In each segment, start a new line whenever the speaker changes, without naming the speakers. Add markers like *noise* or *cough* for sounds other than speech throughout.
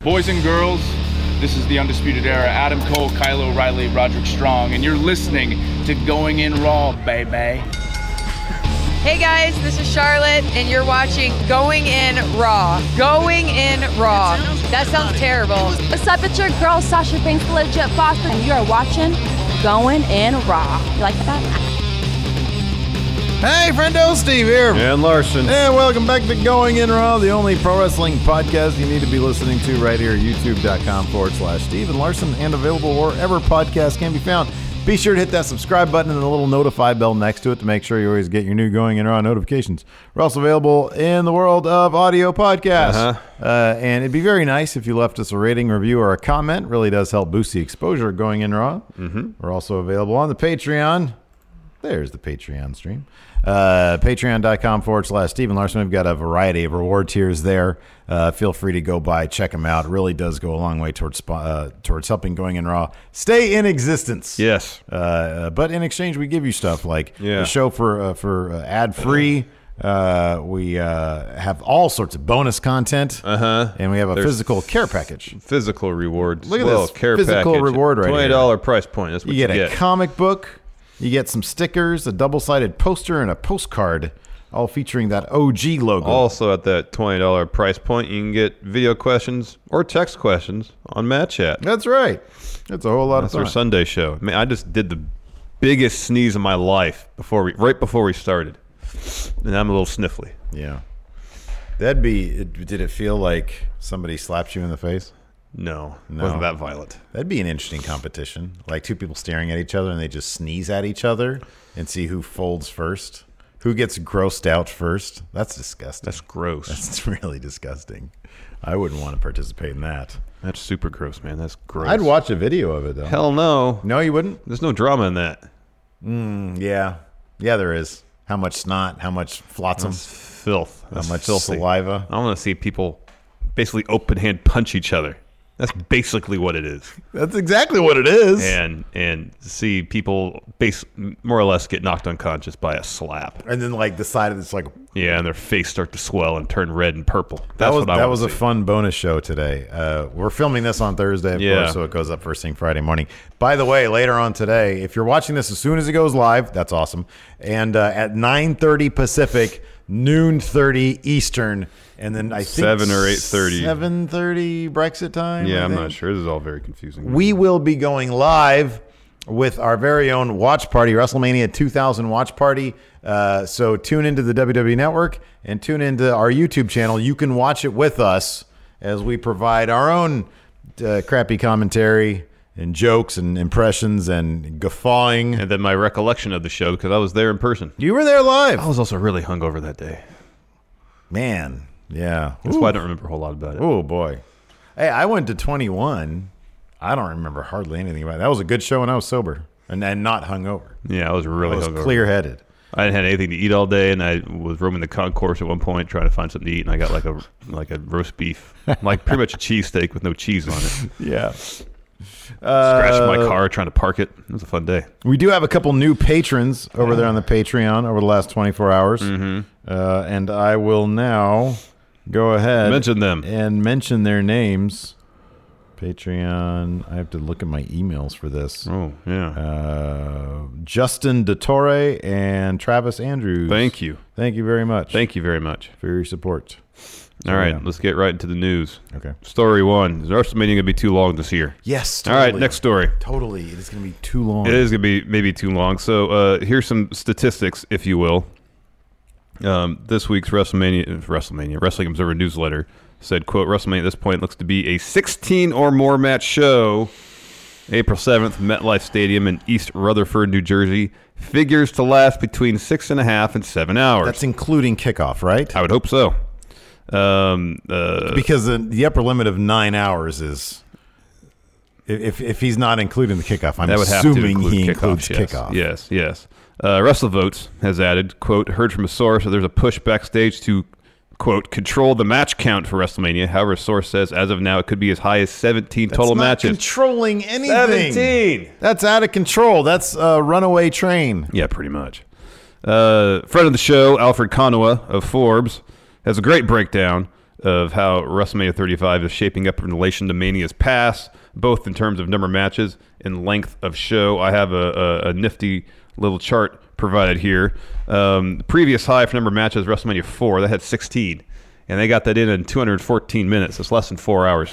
Boys and girls, this is the Undisputed Era. Adam Cole, Kylo Riley, Roderick Strong, and you're listening to Going In Raw, baby.
Hey guys, this is Charlotte, and you're watching Going In Raw. Going In Raw. That sounds terrible.
What's up? It's your girl Sasha Banks, the legit boss, and you are watching Going in Raw. You like that?
Hey, friendo, Steve here.
And Larson.
And welcome back to Going In Raw, the only pro wrestling podcast you need to be listening to right here, youtube.com forward slash Steve and Larson, and available wherever podcasts can be found. Be sure to hit that subscribe button and the little notify bell next to it to make sure you always get your new Going In Raw notifications. We're also available in the world of audio podcasts.
Uh-huh.
Uh, and it'd be very nice if you left us a rating, review, or a comment. Really does help boost the exposure of Going In Raw. Mm-hmm. We're also available on the Patreon. There's the Patreon stream. Uh, Patreon.com forward slash Stephen Larson. We've got a variety of reward tiers there. Uh, feel free to go by, check them out. It really does go a long way towards spo- uh, towards helping Going In Raw stay in existence.
Yes.
Uh, Uh, but in exchange, we give you stuff like
Yeah.
the show for uh, for uh, ad free. Uh, we uh, have all sorts of bonus content. Uh huh. And we have a
Uh-huh. There's-
physical care package.
Physical rewards.
Look at
Well,
this
care
physical
package.
reward right here.
$20 price point. That's what
You
you,
get a comic book, you get some stickers, a double sided poster, and a postcard, all featuring that OG logo.
also at that $20 price point, you can get video questions or text questions on Matt Chat.
That's right. That's a whole lot
That's
of
our
fun.
Sunday show. Man, I just did the biggest sneeze of my life before we right before we started. And I'm a little sniffly.
Yeah. That'd be. It, did it feel like somebody slapped you in the face?
No,
No.
wasn't that violent.
That'd be an interesting competition. Like two people staring at each other and they just sneeze at each other and see who folds first, who gets grossed out first. That's disgusting.
That's gross. That's,
*laughs* That's really disgusting. I wouldn't want to participate in that.
super gross, man. That's gross.
I'd watch a video of it though.
Hell no.
No, you wouldn't.
There's no drama in that.
Yeah, yeah, there is. How much snot? How much flotsam?
That's filth. That's
how much
filthy.
saliva?
I want to see people basically open hand punch each other. That's basically what it is,
That's exactly what it is.
and and see people base more or less get knocked unconscious by a slap.
And then like the side of it's like
Yeah, and their face start to swell and turn red and purple. That's
that was
what I
that
wanna
was a
see.
fun bonus show today. Uh, we're filming this on Thursday, of
Yeah.
course, so it goes up first thing Friday morning. By the way, later on today, if you're watching this as soon as it goes live, that's awesome. And uh, at 9:30 Pacific, noon 30 Eastern, and then I think
7 or 8:30.
7:30 Brexit time. I
Yeah, I'm
think.
not sure. This is all very confusing.
we will be going live with our very own watch party, WrestleMania 2000 watch party. Uh, so tune into the WWE Network and tune into our YouTube channel. You can watch it with us as we provide our own uh, crappy commentary and jokes and impressions and guffawing.
and then my recollection of the show because I was there in person.
you were there
I
live,
was also really hungover that day.
man. Yeah.
That's why I don't remember a whole lot about it.
Oh boy. Hey, I went to 21. I don't remember hardly anything about it. That was a good show, and I was sober and, and not hungover.
Yeah, I was really
I was
hungover.
clear headed.
I didn't have anything to eat all day, and I was roaming the concourse at one point trying to find something to eat, and I got like a like a roast beef, like pretty much a cheesesteak with no cheese on
*laughs*
it.
Yeah.
Scratched my
Uh,
car trying to park it. It was a fun day.
We do have a couple new patrons over there on the Patreon over the last 24 hours. Uh, and I will now go ahead
Mention them.
and mention their names. Patreon. I have to look at my emails for this.
Oh yeah,
Uh, Justin DeTorre and Travis Andrews.
Thank you.
Thank you very much.
thank you very much.
for your support.
All right,
yeah.
let's get right into the news.
Okay.
Story one: Is WrestleMania gonna be too long this year?
Yes.
All right, next story.
Totally. It is going to be too long.
It is going to be maybe too long. So uh, here's some statistics, if you will. Um, this week's WrestleMania, WrestleMania, Wrestling Observer newsletter said, "quote WrestleMania at this point looks to be a 16 or more match show." April 7th, MetLife Stadium in East Rutherford, New Jersey. Figures to last between six and a half and seven hours.
That's including kickoff, right?
I would hope so. Um, uh,
because the, the upper limit of nine hours is if if he's not including the kickoff. I'm
that would have to
assuming
include
he
kickoff,
includes
yes.
kickoff.
Yes, yes. Uh, Russell Votes has added, quote, heard from a source that there's a push backstage to, quote, control the match count for WrestleMania. However, a source says as of now it could be as high as 17
That's
total
not
matches.
Controlling anything.
17.
That's out of control. That's a runaway train.
Yeah, pretty much. Uh, friend of the show, Alfred Conowa of Forbes, has a great breakdown of how WrestleMania 35 is shaping up in relation to Mania's past, both in terms of number of matches and length of show. I have a, a, a nifty little chart provided here. Um, the previous high for number of matches, WrestleMania 4, that had 16, and they got that in in 214 minutes. That's less than four hours.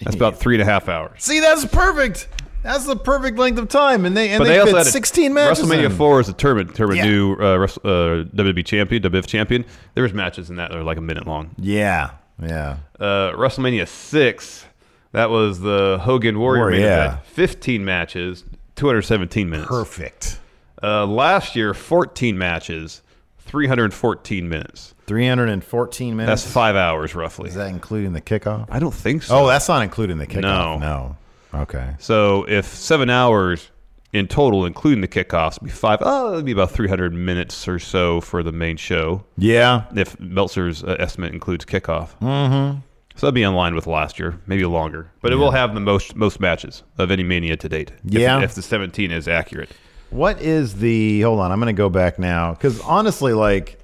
That's about three and a half hours.
See, that's perfect. That's the perfect length of time, and they and they, fit
a-
16 matches.
WrestleMania
in.
four is a tournament, tournament
Yeah.
new uh, wrest- uh, WWE champion, WWF champion. There was matches in that that were like a minute long.
Yeah, yeah.
Uh, WrestleMania six, that was the Hogan Warrior
Warrior,
main event.
yeah.
Fifteen matches, two hundred seventeen minutes.
Perfect.
Uh, last year, fourteen matches, three hundred fourteen minutes.
314 minutes.
That's five hours roughly.
Is that including the kickoff?
I don't think so.
Oh, that's not including the kickoff. No.
No.
Okay.
So if seven hours in total, including the kickoffs, would be five. Oh, it'd be about three hundred minutes or so for the main show.
Yeah.
if Meltzer's uh, estimate includes kickoff. Mm-hmm. So that'd be in line with last year, maybe longer. But it will have the most most matches of any Mania to date. if-
Yeah.
If, the 17 is accurate.
What is the hold on? I'm going to go back now because honestly, like,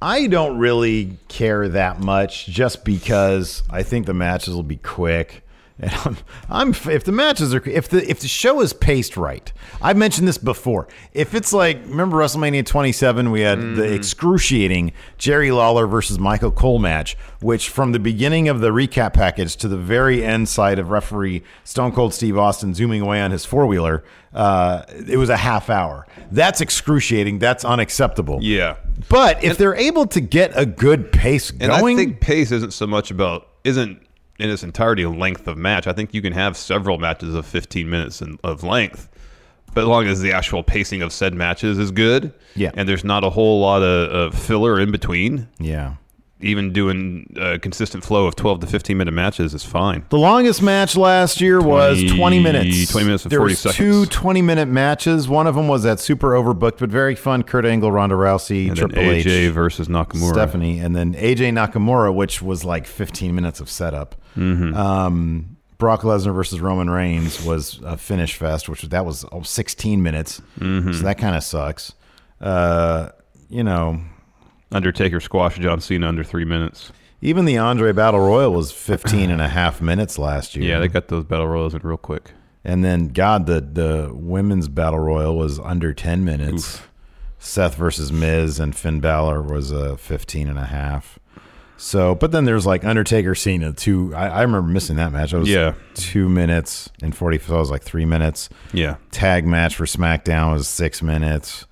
I don't really care that much just because I think the matches will be quick. *laughs* And I'm, I'm f- if the matches are if the if the show is paced right. I've mentioned this before. If it's like remember WrestleMania 27, we had the excruciating Jerry Lawler versus Michael Cole match, which from the beginning of the recap package to the very end side of referee Stone Cold Steve Austin zooming away on his four wheeler, uh, it was a half hour. That's excruciating. That's unacceptable.
Yeah.
But if they're able to get a good pace
And
going,
I think pace isn't so much about isn't in its entirety length of match. I think you can have several matches of 15 minutes in, of length. But as long as the actual pacing of said matches is good,
Yeah.
and there's not a whole lot of, of filler in between,
yeah.
even doing a consistent flow of 12 to 15 minute matches is fine.
The longest match last year was 20 minutes.
20 minutes and
there
40
was
seconds.
two 20 minute matches. One of them was that super overbooked but very fun Kurt Angle, Ronda Rousey,
And
Triple
then AJ
H,
versus Nakamura.
Stephanie, and then AJ Nakamura, which was like 15 minutes of setup.
Mm-hmm.
Um, Brock Lesnar versus Roman Reigns was a finish fest, which that was oh, 16 minutes.
Mm-hmm.
So that kind of sucks. Uh, you know,
Undertaker squash John Cena under three minutes.
even the Andre Battle Royal was 15 and a half minutes last year.
Yeah, they got those battle royals in real quick.
And then, God, the the women's battle royal was under 10 minutes. Seth versus Miz and Finn Balor was a 15 and a half. So, but then there's like Undertaker Cena, two. I, I remember missing that match. I was
Yeah.
two minutes and 40, so I was like three minutes.
Yeah.
Tag match for SmackDown was six minutes.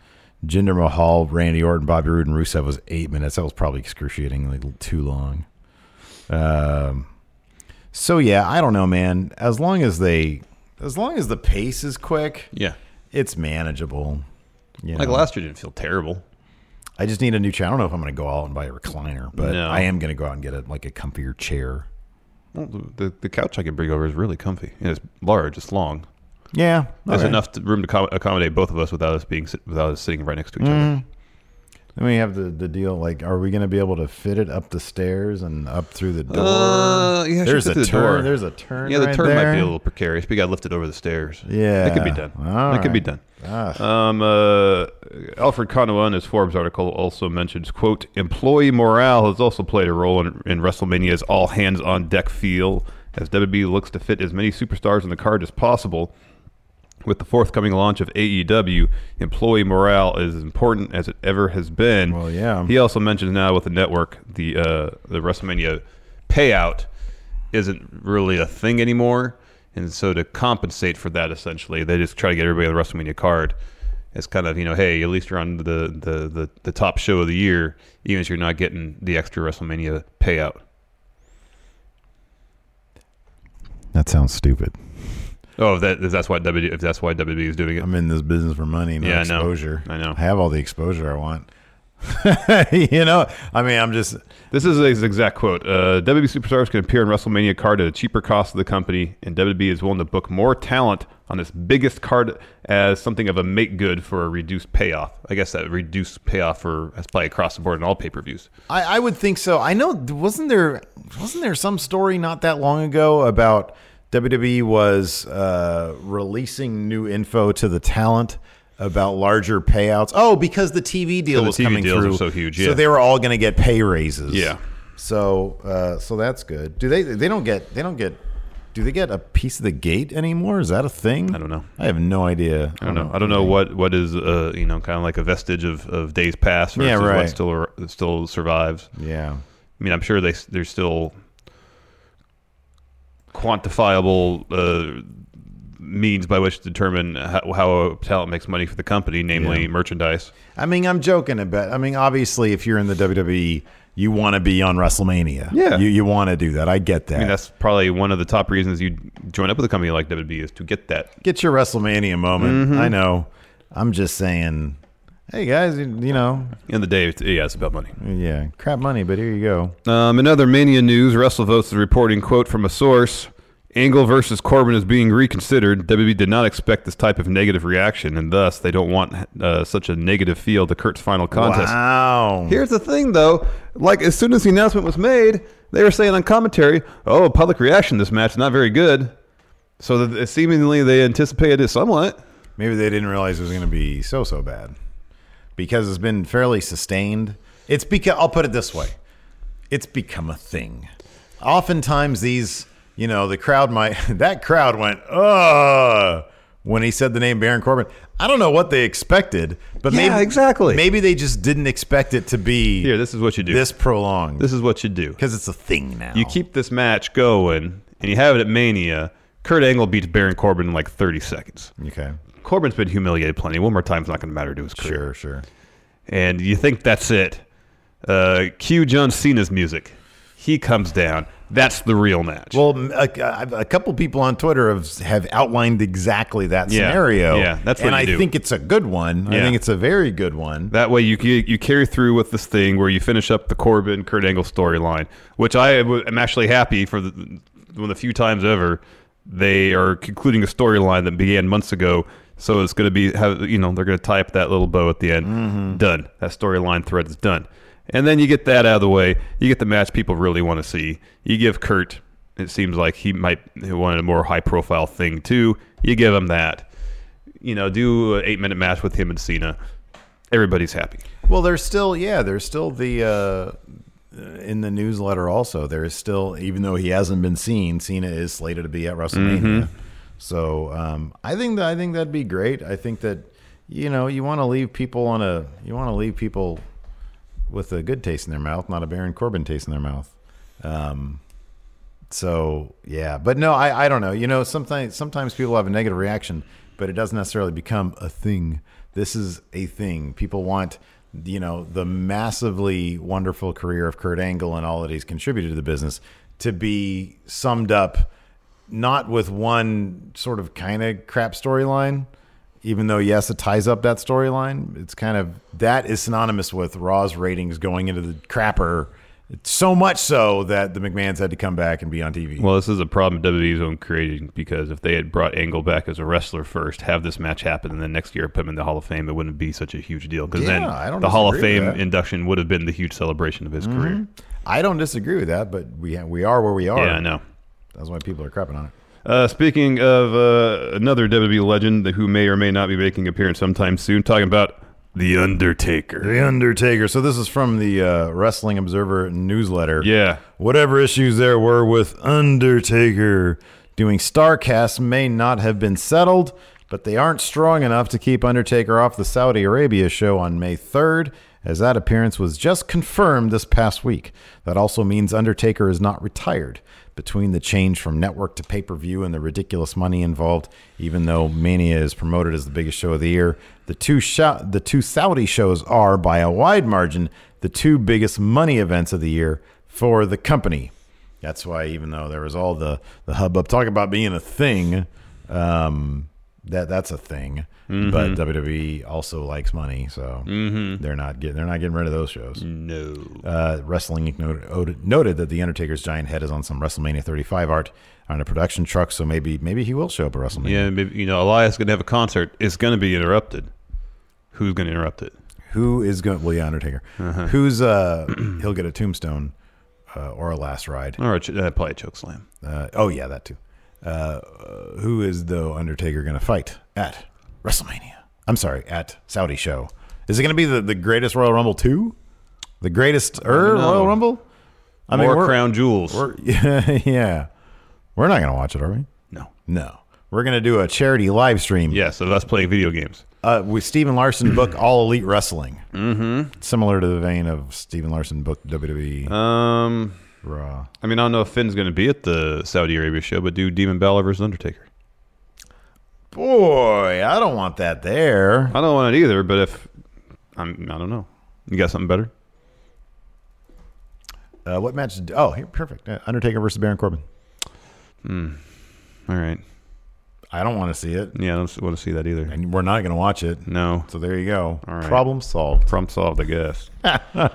Jinder Mahal, Randy Orton, Bobby Roode, and Rusev was eight minutes. That was probably excruciatingly too long. Um, so yeah, I don't know, man. As long as they, as long as the pace is quick,
Yeah.
it's manageable. You
Like
know?
last year didn't feel terrible.
I just need a new chair. I don't know if I'm going to go out and buy a recliner, but
No.
I am going to go out and get a like a comfier chair.
Well, the, the couch I can bring over is really comfy. And it's large, it's long.
Oh, Yeah,
There's
okay.
enough to, room to accom- accommodate both of us without us being sit- without us sitting right next to
Mm-hmm.
each other.
Then we have the the deal. Like, are we going to be able to fit it up the stairs and up through the door?
Uh, yeah, I should
there's
fit
a
the
turn.
door.
There's a turn.
Yeah, the
right
turn might be
there.
a little precarious. We got to lift it over the stairs.
Yeah.
It could be done.
All
it could be
right.
done.
Ah.
Um, uh, Alfred Conowa in his Forbes article also mentions, quote, employee morale has also played a role in, in WrestleMania's all hands on deck feel as WWE looks to fit as many superstars on the card as possible. With the forthcoming launch of AEW, employee morale is as important as it ever has been.
Well, yeah.
He also mentions now with the network, the uh, the WrestleMania payout isn't really a thing anymore, and so to compensate for that, essentially, they just try to get everybody on the WrestleMania card. It's kind of you know, hey, at least you're on the the the, the top show of the year, even if you're not getting the extra WrestleMania payout.
That sounds stupid.
Oh, if that if that's why WWE if that's why WWE is doing it.
I'm in this business for money, no
Yeah, I know.
exposure.
I know.
I have all the exposure I want. *laughs* you know, I mean, I'm just
This is his exact quote. Uh, WWE superstars can appear in WrestleMania card at a cheaper cost to the company, and WWE is willing to book more talent on this biggest card as something of a make good for a reduced payoff. I guess that reduced payoff for that's probably across the board in all pay per views.
I, I would think so. I know wasn't there wasn't there some story not that long ago about WWE was uh, releasing new info to the talent about larger payouts. Oh, because the TV deal
the
was
TV
coming
deals
through
were so huge,
So
yeah.
they were all going to get pay raises.
Yeah.
So uh, so that's good. Do they they don't get they don't get do they get a piece of the gate anymore? Is that a thing? I
don't know.
I have no idea.
I don't know. I don't know what what is uh, you know kind of like a vestige of, of days past versus
Yeah, right.
what still ar- still survives.
Yeah.
I mean, I'm sure they there's still quantifiable uh, means by which to determine how, how a talent makes money for the company, namely
Yeah.
merchandise.
I mean, I'm joking a bit. I mean, obviously, if you're in the WWE, you want to be on WrestleMania.
Yeah.
you, you want to do that. I get that.
I mean, that's probably one of the top reasons you join up with a company like WWE is to get that.
get your WrestleMania moment. I know. I'm just saying, hey guys, you, you know,
In the day, it's, yeah, it's about money.
yeah, crap money, but here you go.
Um, in other Mania news, WrestleVotes is reporting quote from a source: "Angle versus Corbin is being reconsidered. WWE did not expect this type of negative reaction, and thus they don't want uh, such a negative feel to Kurt's final contest."
Wow.
Here's the thing, though. Like as soon as the announcement was made, they were saying on commentary, "Oh, public reaction to this match is not very good." So that seemingly they anticipated it somewhat.
Maybe they didn't realize it was going to be so so bad because it's been fairly sustained. It's because I'll put it this way: it's become a thing. Oftentimes, these you know the crowd might *laughs* that crowd went ugh when he said the name Baron Corbin. I don't know what they expected, but
Yeah,
maybe
exactly.
maybe they just didn't expect it to be
Here, this is what you do.
this prolonged
This is what you do.
because it's a thing now.
You keep this match going, and you have it at Mania. Kurt Angle beats Baron Corbin in like 30 seconds.
okay.
Corbin's been humiliated plenty. One more time's not going to matter to his
Sure,
career.
sure.
and you think that's it. Uh, cue John Cena's music. He comes down. That's the real match.
Well, m- a, a- a couple people on Twitter have have outlined exactly that
Yeah.
scenario.
Yeah, that's what
and I
you do.
think it's a good one. I
Yeah.
think it's a very good one.
that way, you ca- you carry through with this thing where you finish up the Corbin Kurt Angle storyline, which I w- am actually happy for the, one of the few times ever they are concluding a storyline that began months ago. So it's going to be have you know they're going to tie up that little bow at the end. Done. That storyline thread is done. And then you get that out of the way. You get the match people really want to see. You give Kurt. It seems like he might he wanted a more high profile thing too. You give him that. You know, do an eight minute match with him and Cena. Everybody's happy.
Well, there's still yeah, there's still the uh, in the newsletter also. There is still even though he hasn't been seen, Cena is slated to be at
Mm-hmm.
WrestleMania. So um, I think that I think that'd be great. I think that you know you want to leave people on a you want to leave people with a good taste in their mouth, not a Baron Corbin taste in their mouth. Um, so yeah, but no, I, I don't know. You know, sometimes sometimes people have a negative reaction, but it doesn't necessarily become a thing. This is a thing. People want you know the massively wonderful career of Kurt Angle and all that he's contributed to the business to be summed up not with one sort of kind of crap storyline even though yes it ties up that storyline it's kind of that is synonymous with raw's ratings going into the crapper so much so that the mcmahons had to come back and be on tv
Well, this is a problem WWE's own creating because if they had brought Angle back as a wrestler first, have this match happen, and then next year put him in the Hall of Fame, it wouldn't be such a huge deal. Because then
Yeah, I don't
the Hall of
disagree
Fame
with that. Mm-hmm.
induction would have been the huge celebration of his career.
i don't disagree with that but we, ha- we are where we are
Yeah, I know.
that's why people are crapping on it
Uh, speaking of uh, another WWE legend who may or may not be making an appearance sometime soon, talking about The Undertaker.
the undertaker so this is from the uh, wrestling observer newsletter
Yeah.
Whatever issues there were with Undertaker doing StarCast may not have been settled, but they aren't strong enough to keep Undertaker off the Saudi Arabia show on May 3rd, as that appearance was just confirmed this past week. That also means Undertaker is not retired. Between the change from network to pay per view and the ridiculous money involved, even though Mania is promoted as the biggest show of the year, the two, sho- the two Saudi shows are, by a wide margin, the two biggest money events of the year for the company. That's why, even though there was all the the hubbub talk about being a thing, um, that that's a thing.
Mm-hmm.
But WWE also likes money, so they're not getting they're not getting rid of those shows.
No.
Uh, Wrestling Inc. Noted, noted that the Undertaker's giant head is on some WrestleMania 35 art on a production truck, so maybe maybe he will show up at WrestleMania.
Yeah, maybe, you know, Elias going to have a concert. It's going to be interrupted. Who's going to interrupt it?
Who is going? Well, yeah, Undertaker.
Uh-huh.
Who's uh? *clears throat* he'll get a tombstone uh, or a last ride.
Or a ch- uh, probably a choke slam.
Uh, oh yeah, that too. Uh, who is though Undertaker going to fight at WrestleMania? I'm sorry, at Saudi show. Is it going to be the, the greatest Royal Rumble two? The greatest er
know.
Royal Rumble? I
More
we're-
crown jewels.
We're, *laughs* yeah, yeah. We're not going to watch it, are we?
no.
No. We're going to do a charity live stream.
Yeah, so that's playing video games.
Uh, with Steven Larson *clears throat* book All Elite Wrestling. Mm-hmm. Uh, Similar to the vein of Steven Larson book WWE
Um,
E, Raw.
I mean, I don't know if Finn's going to be at the Saudi Arabia show, but do Demon Balor versus Undertaker.
Boy, I don't want that there.
I don't want it either, but if I'm, I don't know. You got something better?
Uh, what match? did- Oh, here, perfect. Uh, Undertaker versus Baron Corbin.
All right.
I don't want to see it,
Yeah, I don't want to see that either.
and we're not going to watch it.
No.
So there you go.
All right.
Problem solved.
Problem solved, I guess.
Uh,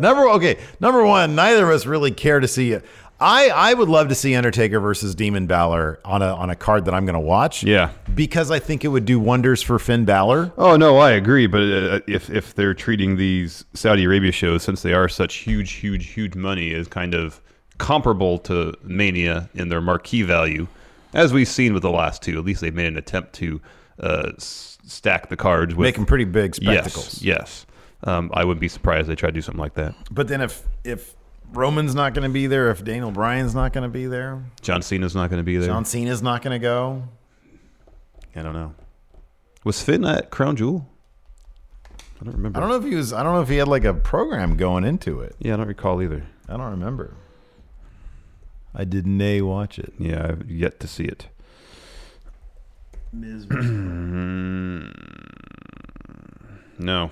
number okay. Number one. Neither of us really care to see it. I I would love to see Undertaker versus Demon Balor on a on a card that I'm going to watch.
Yeah.
Because I think it would do wonders for Finn Balor.
Oh no, I agree. But uh, if if they're treating these Saudi Arabia shows, since they are such huge, huge, huge money, as kind of comparable to Mania in their marquee value, as we've seen with the last two, at least they've made an attempt to uh, s- stack the cards with
Make them pretty big spectacles.
Yes, yes. Um, I wouldn't be surprised if they tried to do something like that.
But then if if Roman's not going to be there, if Daniel Bryan's not going to be there,
John Cena's not going to be there.
John Cena's not going to go.
I don't know. Was Finn at Crown Jewel? I don't remember.
I don't know if he was. I don't know if he had like a program going into it.
Yeah, I don't recall either.
I don't remember. I did nay watch it.
Yeah, I've yet to see it. *clears throat* no,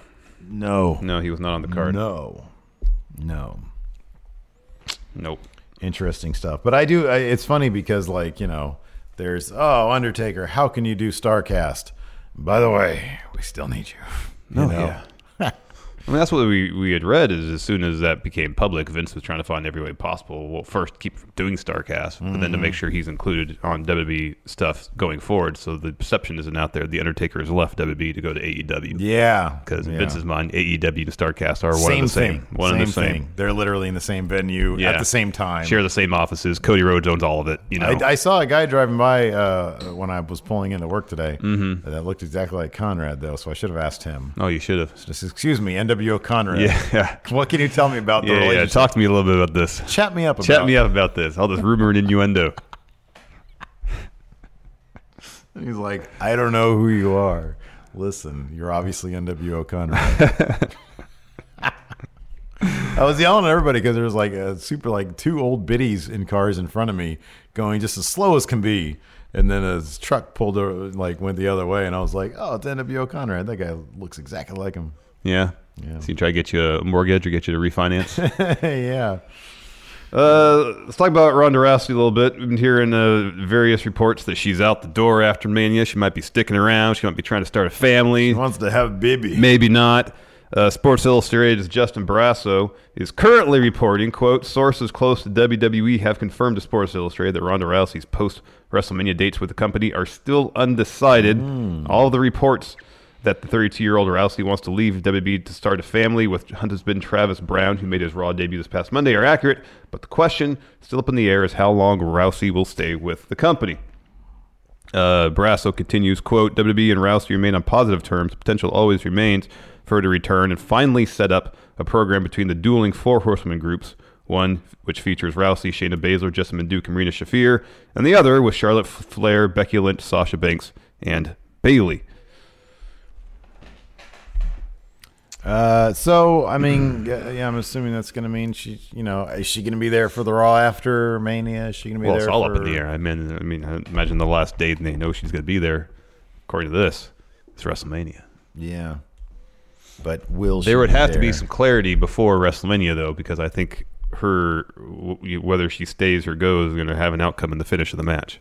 No.
no, he was not on the card.
No. No.
Nope.
Interesting stuff. But I do. I, it's funny because like you know, there's oh Undertaker. How can you do Starcast? By the way, we still need you. you *laughs*
No, yeah. I mean, that's what we, we had read is as soon as that became public, Vince was trying to find every way possible. Well, first keep from doing Starcast, and then to
Mm-hmm.
make sure he's included on WWE stuff going forward. So the perception isn't out there. The Undertaker has left WWE to go to AEW.
Yeah.
Because
yeah.
in Vince's mind, AEW and Starcast are one
same
and the same.
thing.
One
same
and the same.
thing. They're literally in the same venue at
Yeah.
the same time.
Share the same offices. Cody Rhodes owns all of it. You know.
I, I saw a guy driving by uh, when I was pulling into work today
Mm-hmm.
that looked exactly like Conrad, though, so I should have asked him.
oh, you should have.
Just excuse me, NWO Conrad.
Yeah.
*laughs* What can you tell me about the
Yeah, yeah.
relationship?
Talk to me a little bit about this.
Chat me up. About
Chat me up about this. All this rumor and innuendo.
it. He's like, I don't know who you are. Listen, you're obviously NWO Conrad.
*laughs*
*laughs* I was yelling at everybody because there was like a super like two old biddies in cars in front of me going just as slow as can be. And then his truck pulled over, like went the other way, and I was like, "Oh, it's NWO Conrad. That guy looks exactly like him." *laughs*
Yeah.
Yeah.
So you try to get you a mortgage or get you to refinance.
yeah.
*laughs* Uh, let's talk about Ronda Rousey a little bit. We've been hearing uh, various reports that she's out the door after Mania. She might be sticking around. She might be trying to start a family.
He wants to have baby.
Maybe not. Uh, Sports Illustrated's Justin Barrasso is currently reporting, quote, sources close to WWE have confirmed to Sports Illustrated that Ronda Rousey's post-WrestleMania dates with the company are still undecided. All the reports that the 32-year-old Rousey wants to leave WWE to start a family with husband Travis Brown, who made his Raw debut this past Monday, are accurate. But the question still up in the air is how long Rousey will stay with the company. Uh, Brasso continues, quote, WWE and Rousey remain on positive terms. Potential always remains for her to return and finally set up a program between the dueling four horsemen groups, one which features Rousey, Shayna Baszler, Jessamine Duke, and Rena Shafir, and the other with Charlotte Flair, Becky Lynch, Sasha Banks, and Bailey.
Uh, so I mean, yeah, yeah, I'm assuming that's going to mean she, you know, is she going to be there for the Raw after Mania? Is she going to be
Well,
there?
it's all up
for-
in the air. I mean, I mean, I imagine the last day they know she's going to be there, according to this, it's WrestleMania.
Yeah, but will she
There would have to be
there?
some clarity before WrestleMania, though, because I think her w- whether she stays or goes is going to have an outcome in the finish of the match.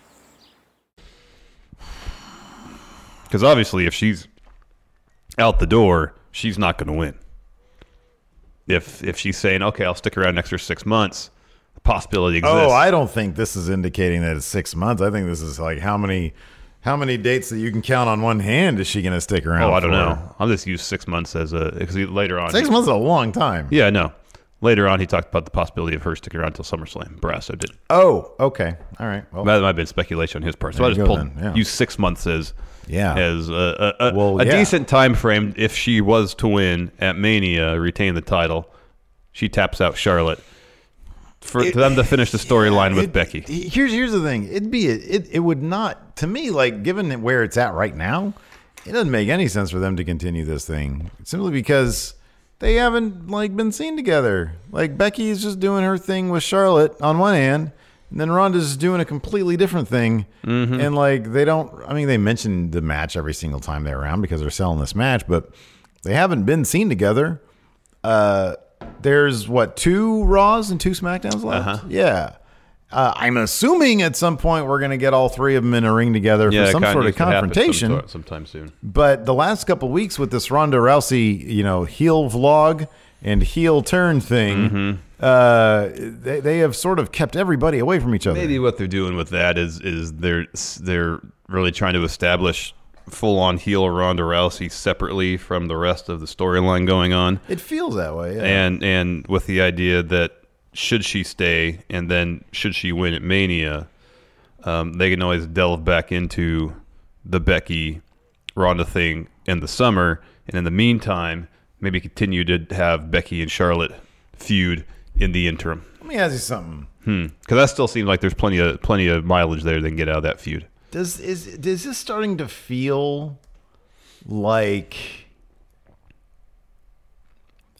Because obviously, if she's out the door, she's not going to win. If if she's saying, okay, I'll stick around an extra six months, the possibility exists.
Oh, I don't think this is indicating that it's six months. I think this is like how many how many dates that you can count on one hand is she going to stick around?
Oh, I don't
for?
know. I'll just use six months as a because later on
Six months is a long time.
Yeah, no. Later on, he talked about the possibility of her sticking around until SummerSlam. Brasso did.
Oh, okay. All right. Well,
That might have been speculation on his part. So
There
I
you
just
go
pulled
then, yeah.
you six months as
Yeah.
as a, a, a,
Well,
a
yeah.
decent time frame. If she was to win at Mania, retain the title, she taps out Charlotte for
It-
them to finish the storyline with
It-
Becky.
Here's here's the thing. It'd be it it would not to me like given it where it's at right now, it doesn't make any sense for them to continue this thing simply because they haven't like been seen together. Like Becky is just doing her thing with Charlotte on one hand, and then Ronda's just doing a completely different thing.
Mm-hmm.
And like they don't. I mean, they mention the match every single time they're around because they're selling this match, but they haven't been seen together. Uh, there's what two Raws and two Smackdowns left.
Uh-huh.
Yeah. Uh, I'm assuming at some point we're going to get all three of them in a ring together for some
kinda
sort of
needs to happen some
confrontation.
sort- sometime soon.
But the last couple weeks with this Ronda Rousey, you know, heel vlog and heel turn thing,
Mm-hmm.
uh, they, they have sort of kept everybody away from each other.
Maybe what they're doing with that is is they're they're really trying to establish full on heel Ronda Rousey separately from the rest of the storyline going on,
It feels that way. Yeah.
and and with the idea that should she stay and then should she win at Mania, um, they can always delve back into the Becky Ronda thing in the summer, and in the meantime, maybe continue to have Becky and Charlotte feud in the interim.
Let me ask you something.
Because that still seems like there's plenty of plenty of mileage there they can get out of that feud.
Does is is this starting to feel like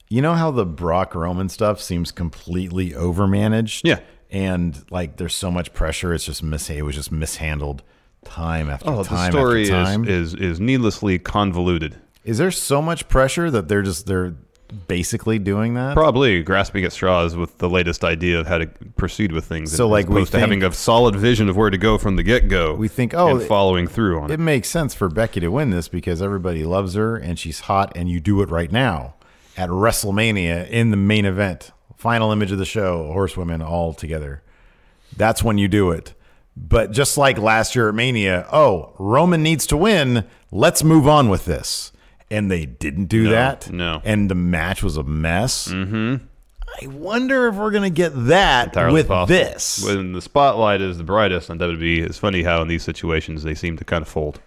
you know how the Brock Roman stuff seems completely overmanaged?
Yeah.
And like there's so much pressure, it's just mis it was just mishandled time after
Oh,
time
the story
after time.
is is is needlessly convoluted.
is there so much pressure that they're just they're basically doing that?
Probably grasping at straws with the latest idea of how to proceed with things.
So,
as
like, we
opposed to
think-
having a solid vision of where to go from the get go.
We think, oh,
and following through on
it
it.
makes sense for Becky to win this because everybody loves her and she's hot and you do it right now at WrestleMania in the main event, final image of the show, horsewomen all together. That's when you do it. But just like last year at Mania, oh, Roman needs to win. Let's move on with this. And they didn't do that.
no.
And the match was a mess. Mm-hmm. I wonder if we're going to get that
Entirely
with
possible.
this.
when the spotlight is the brightest on WWE, it's funny how in these situations they seem to kind of fold.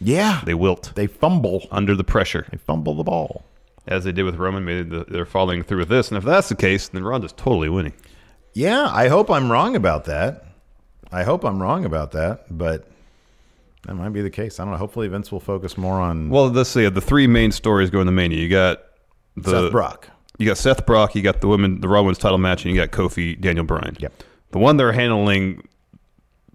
yeah.
They wilt
they fumble.
under the pressure,
They fumble the ball.
as they did with Roman. Maybe the- they're following through with this, and if that's the case, then Ronda's totally winning.
Yeah, I hope I'm wrong about that. I hope I'm wrong about that, but that might be the case. I don't know. Hopefully, Vince will focus more on
Well, let's see. The three main stories going to Mania. You got the
Seth Brock.
You got Seth Brock. You got the women, the Raw Women's title match, and you got Kofi Daniel Bryan.
Yep.
The one they're handling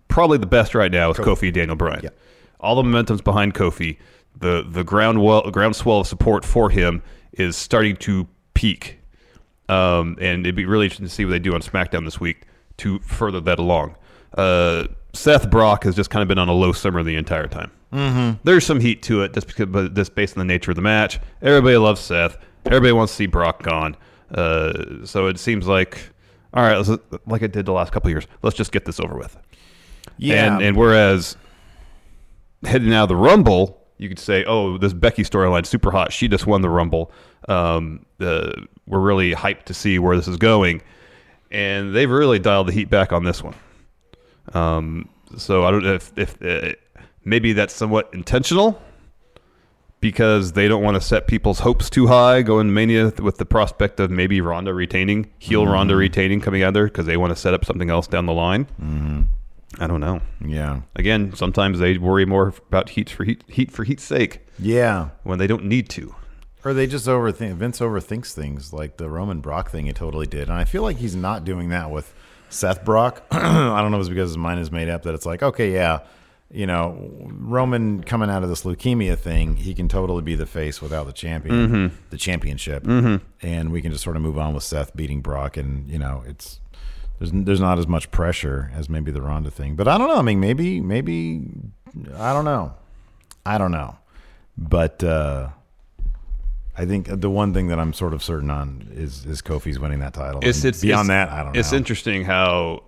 probably the best right now is Kofi, Daniel Bryan.
Yep.
All the momentum's behind Kofi. The the ground well, groundswell of support for him is starting to peak. Um, and it'd be really interesting to see what they do on SmackDown this week to further that along. Uh, Seth Brock has just kind of been on a low summer the entire time. Mm-hmm. There's some heat to it just because, but just based on the nature of the match. Everybody loves Seth. Everybody wants to see Brock gone. Uh, so it seems like, all right, let's, like I did the last couple of years, let's just get this over with.
Yeah,
And, and whereas heading out of the Rumble, you could say, "Oh, this Becky storyline super hot. She just won the Rumble. Um, uh, we're really hyped to see where this is going." And they've really dialed the heat back on this one. Um, so I don't know if, if uh, maybe that's somewhat intentional because they don't want to set people's hopes too high going mania with the prospect of maybe Ronda retaining, heel Ronda retaining coming out there because they want to set up something else down the line. Mm-hmm. I don't know.
Yeah.
Again, sometimes they worry more about heat for heat, heat for heat's sake
Yeah.
when they don't need to.
Or they just overthink. Vince overthinks things like the Roman Brock thing. He totally did, and I feel like he's not doing that with Seth Brock. *clears throat* I don't know if it's because his mind is made up that it's like, okay, yeah, you know, Roman coming out of this leukemia thing, he can totally be the face without the champion,
Mm-hmm.
the championship, and we can just sort of move on with Seth beating Brock, and you know, it's. There's, there's not as much pressure as maybe the Ronda thing, but I don't know. I mean, maybe maybe I don't know, I don't know, but uh, I think the one thing that I'm sort of certain on is is Kofi's winning that title.
It's,
And
it's
beyond
it's-
that, I don't
It's
know.
interesting how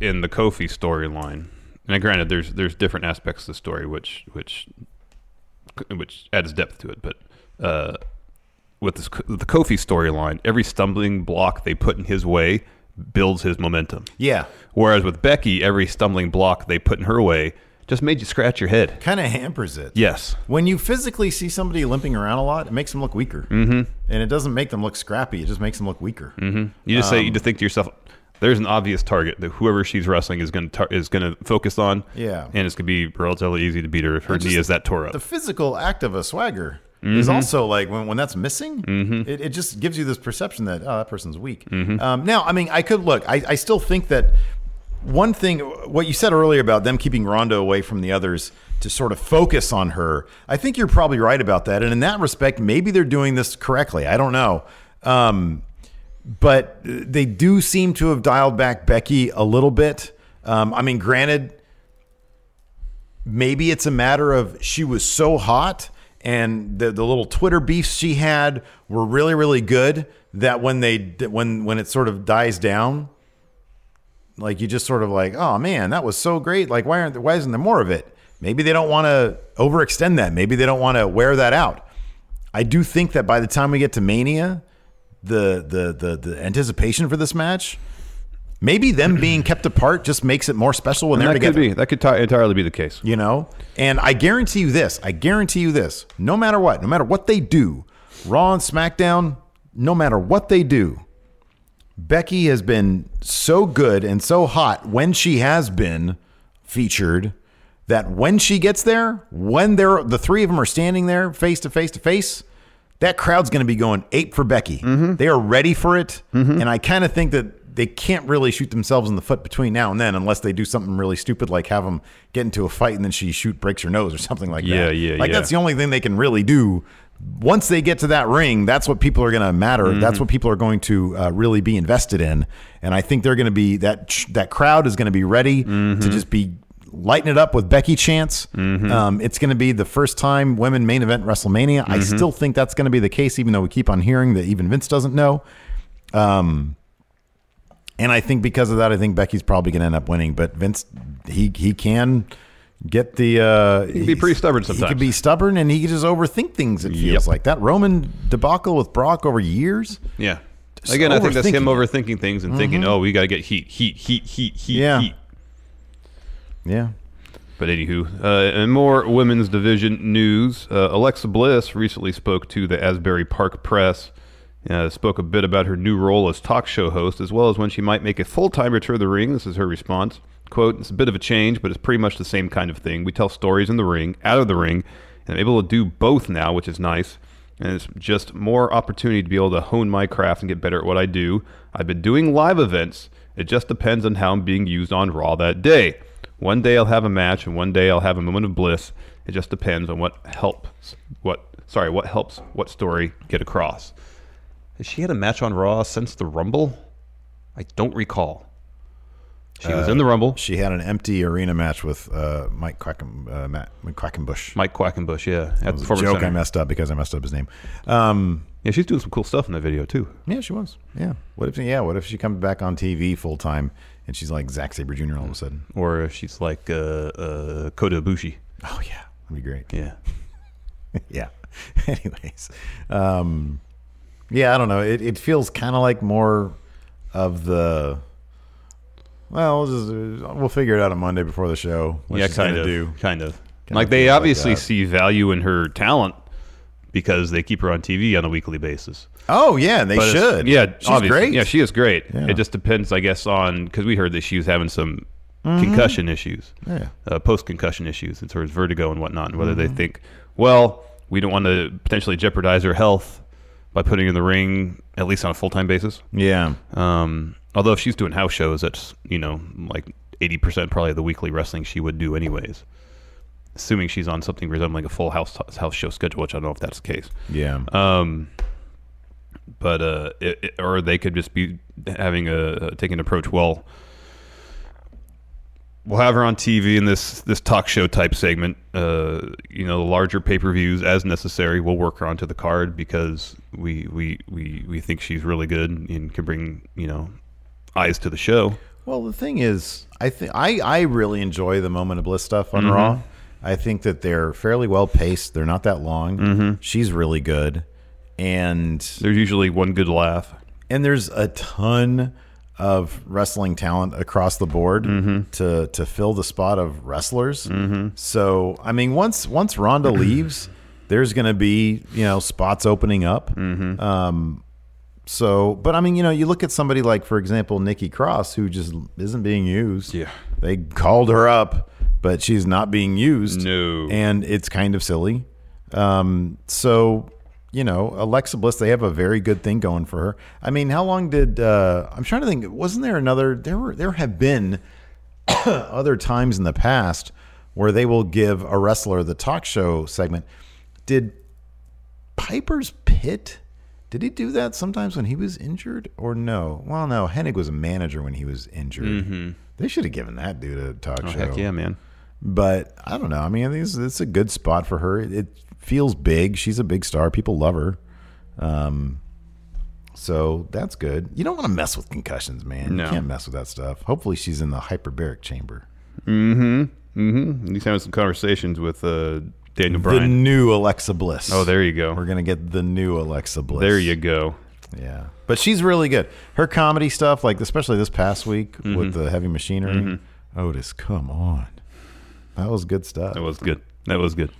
in the Kofi storyline, and granted, there's there's different aspects of the story which which which adds depth to it, but uh, with this the Kofi storyline, every stumbling block they put in his way builds his momentum.
yeah,
Whereas with Becky, every stumbling block they put in her way just made you scratch your head.
kind of hampers it.
Yes.
When you physically see somebody limping around a lot, it makes them look weaker, mm-hmm. and it doesn't make them look scrappy. It just makes them look weaker.
You just
Um,
say you just think to yourself, there's an obvious target that whoever she's wrestling is going to tar- is going to focus on.
Yeah.
and it's going to be relatively easy to beat her if her knee
just-
is that tore up. Mm-hmm.
The physical act of a swagger is also like when, when that's missing, it, it just gives you this perception that oh, that person's weak.
Mm-hmm.
Um, now, I mean, I could look. I, I still think that one thing, what you said earlier about them keeping Ronda away from the others to sort of focus on her, I think you're probably right about that. And in that respect, maybe they're doing this correctly. I don't know. Um, but uh, they do seem to have dialed back Becky a little bit. Um, I mean, granted, maybe it's a matter of she was so hot and the, the little Twitter beefs she had were really, really good that when they when when it sort of dies down, like you just sort of like, oh man, that was so great. Like why aren't there, why isn't there more of it? Maybe they don't want to overextend that. Maybe they don't want to wear that out. I do think that by the time we get to Mania, the the the the anticipation for this match, maybe them being kept apart just makes it more special when
And
they're
that
together.
could be that could ti- entirely be the case.
You know? And I guarantee you this, I guarantee you this, no matter what, no matter what they do, Raw and SmackDown, no matter what they do, Becky has been so good and so hot when she has been featured that when she gets there, when they're the three of them are standing there face to face to face, that crowd's going to be going ape for Becky.
Mm-hmm.
They are ready for it, and I kind of think that they can't really shoot themselves in the foot between now and then unless they do something really stupid like have them get into a fight and then she shoot breaks her nose or something like
Yeah,
that.
yeah,
Like
yeah.
that's the only thing they can really do. Once they get to that ring, that's what people are going to matter.
Mm-hmm.
That's what people are going to uh, really be invested in, and I think they're going to be that that crowd is going to be ready
Mm-hmm.
to just be lighting it up with Becky Chance. Um, it's going to be the first time women main event WrestleMania. I
Mm-hmm.
still think that's going to be the case, even though we keep on hearing that even Vince doesn't know. Um, And I think because of that, I think Becky's probably going to end up winning. But Vince, he he can get the uh, he
be pretty stubborn
He could
sometimes.
be stubborn, and he could just overthink things. It feels
Yep.
like that Roman debacle with Brock over years.
Yeah.
Just
Again, I think that's
overthinking
him
Mm-hmm.
overthinking things and thinking, "Oh, we got to get heat, heat, heat, heat, heat,
Yeah.
heat."
Yeah,
But anywho, uh, and more women's division news. Uh, Alexa Bliss recently spoke to the Asbury Park Press. Uh, spoke a bit about her new role as talk show host, as well as when she might make a full time return to the ring. This is her response: "Quote: It's a bit of a change, but it's pretty much the same kind of thing. We tell stories in the ring, out of the ring, and I'm able to do both now, which is nice. And it's just more opportunity to be able to hone my craft and get better at what I do. I've been doing live events. It just depends on how I'm being used on Raw that day." One day I'll have a match, and one day I'll have a moment of bliss. It just depends on what helps. What sorry, what helps what story get across. Has she had a match on Raw since the Rumble? I don't recall. She was in the Rumble.
she had an empty arena match with uh, Mike Quacken, uh, Matt Quackenbush.
Mike Quackenbush, yeah, at the Performance
joke
Center.
I messed up because I messed up his name. Um,
Yeah, she's doing some cool stuff in that video too.
yeah, she was. Yeah. What if? Yeah. What if she comes back on TV full time and she's like Zack Saber Jr. All of a sudden?
Or if she's like uh, uh, Kota Ibushi.
Oh yeah. That'd be great.
Yeah.
yeah. *laughs* Anyways, um, yeah, I don't know. It, it feels kind of like more of the. Well, we'll, just, we'll figure it out on Monday before the show. what
yeah,
she's gonna
kind of,
Do.
kind of.
Kinda
like they
feels like
obviously
that.
see value in her talent because they keep her on TV on a weekly basis.
Oh yeah, they
But it's-
should.
Yeah,
she's
obviously.
great.
Yeah, she is great.
Yeah.
It just depends, I guess, on because we heard that she was having some concussion issues,
Mm-hmm. Yeah. Mm-hmm.
uh, post-concussion issues, as far as vertigo and whatnot, and whether they think, well, we don't want to potentially jeopardize her health by putting her in the ring at least on a full-time basis.
yeah.
Um, although if she's doing house shows, that's you know like eighty percent probably of the weekly wrestling she would do anyways. Assuming she's on something resembling a full house house show schedule, which I don't know if that's the case.
Yeah.
Um, but uh, it, it- or they could just be having a taking an approach. Well, we'll have her on TV in this this talk show type segment. Uh, you know, larger pay per views as necessary. We'll work her onto the card because we we we we think she's really good and can bring you know eyes to the show.
Well, the thing is, I think I I really enjoy the moment of bliss stuff
Mm-hmm.
on Raw. I think that they're fairly well paced. They're not that long.
Mm-hmm.
She's really good, and
There's usually one good laugh.
and there's a ton of wrestling talent across the board to to fill the spot of wrestlers. So I mean, once once Ronda leaves, there's going to be you know spots opening up. Um, so, but I mean, you know, you look at somebody like, for example, Nikki Cross, who just isn't being used.
Yeah.
they called her up, but she's not being used.
No.
and it's kind of silly. Um, so, you know, Alexa Bliss, they have a very good thing going for her. I mean, how long did uh, I'm trying to think? Wasn't there another? There were there have been *coughs* other times in the past where they will give a wrestler the talk show segment. Did Piper's Pit? Did he do that sometimes when he was injured or no? Well, no. Hennig was a manager when he was injured. They should have given that dude a talk show
Mm-hmm. Oh, Heck yeah, man.
but I don't know. I mean, I think it's, it's a good spot for her. It, it feels big. She's a big star. People love her. Um, so that's good. You don't want to mess with concussions, man.
No.
You can't mess with that stuff. Hopefully, she's in the hyperbaric chamber.
Mm-hmm. He's having some conversations with uh, Daniel
The
Bryan.
new Alexa Bliss.
oh, there you go.
We're gonna get the new Alexa Bliss.
There you go.
Yeah, but she's really good. Her comedy stuff, like especially this past week with
Mm-hmm.
the heavy machinery. Otis, come on. That was good stuff.
That was good. That was good.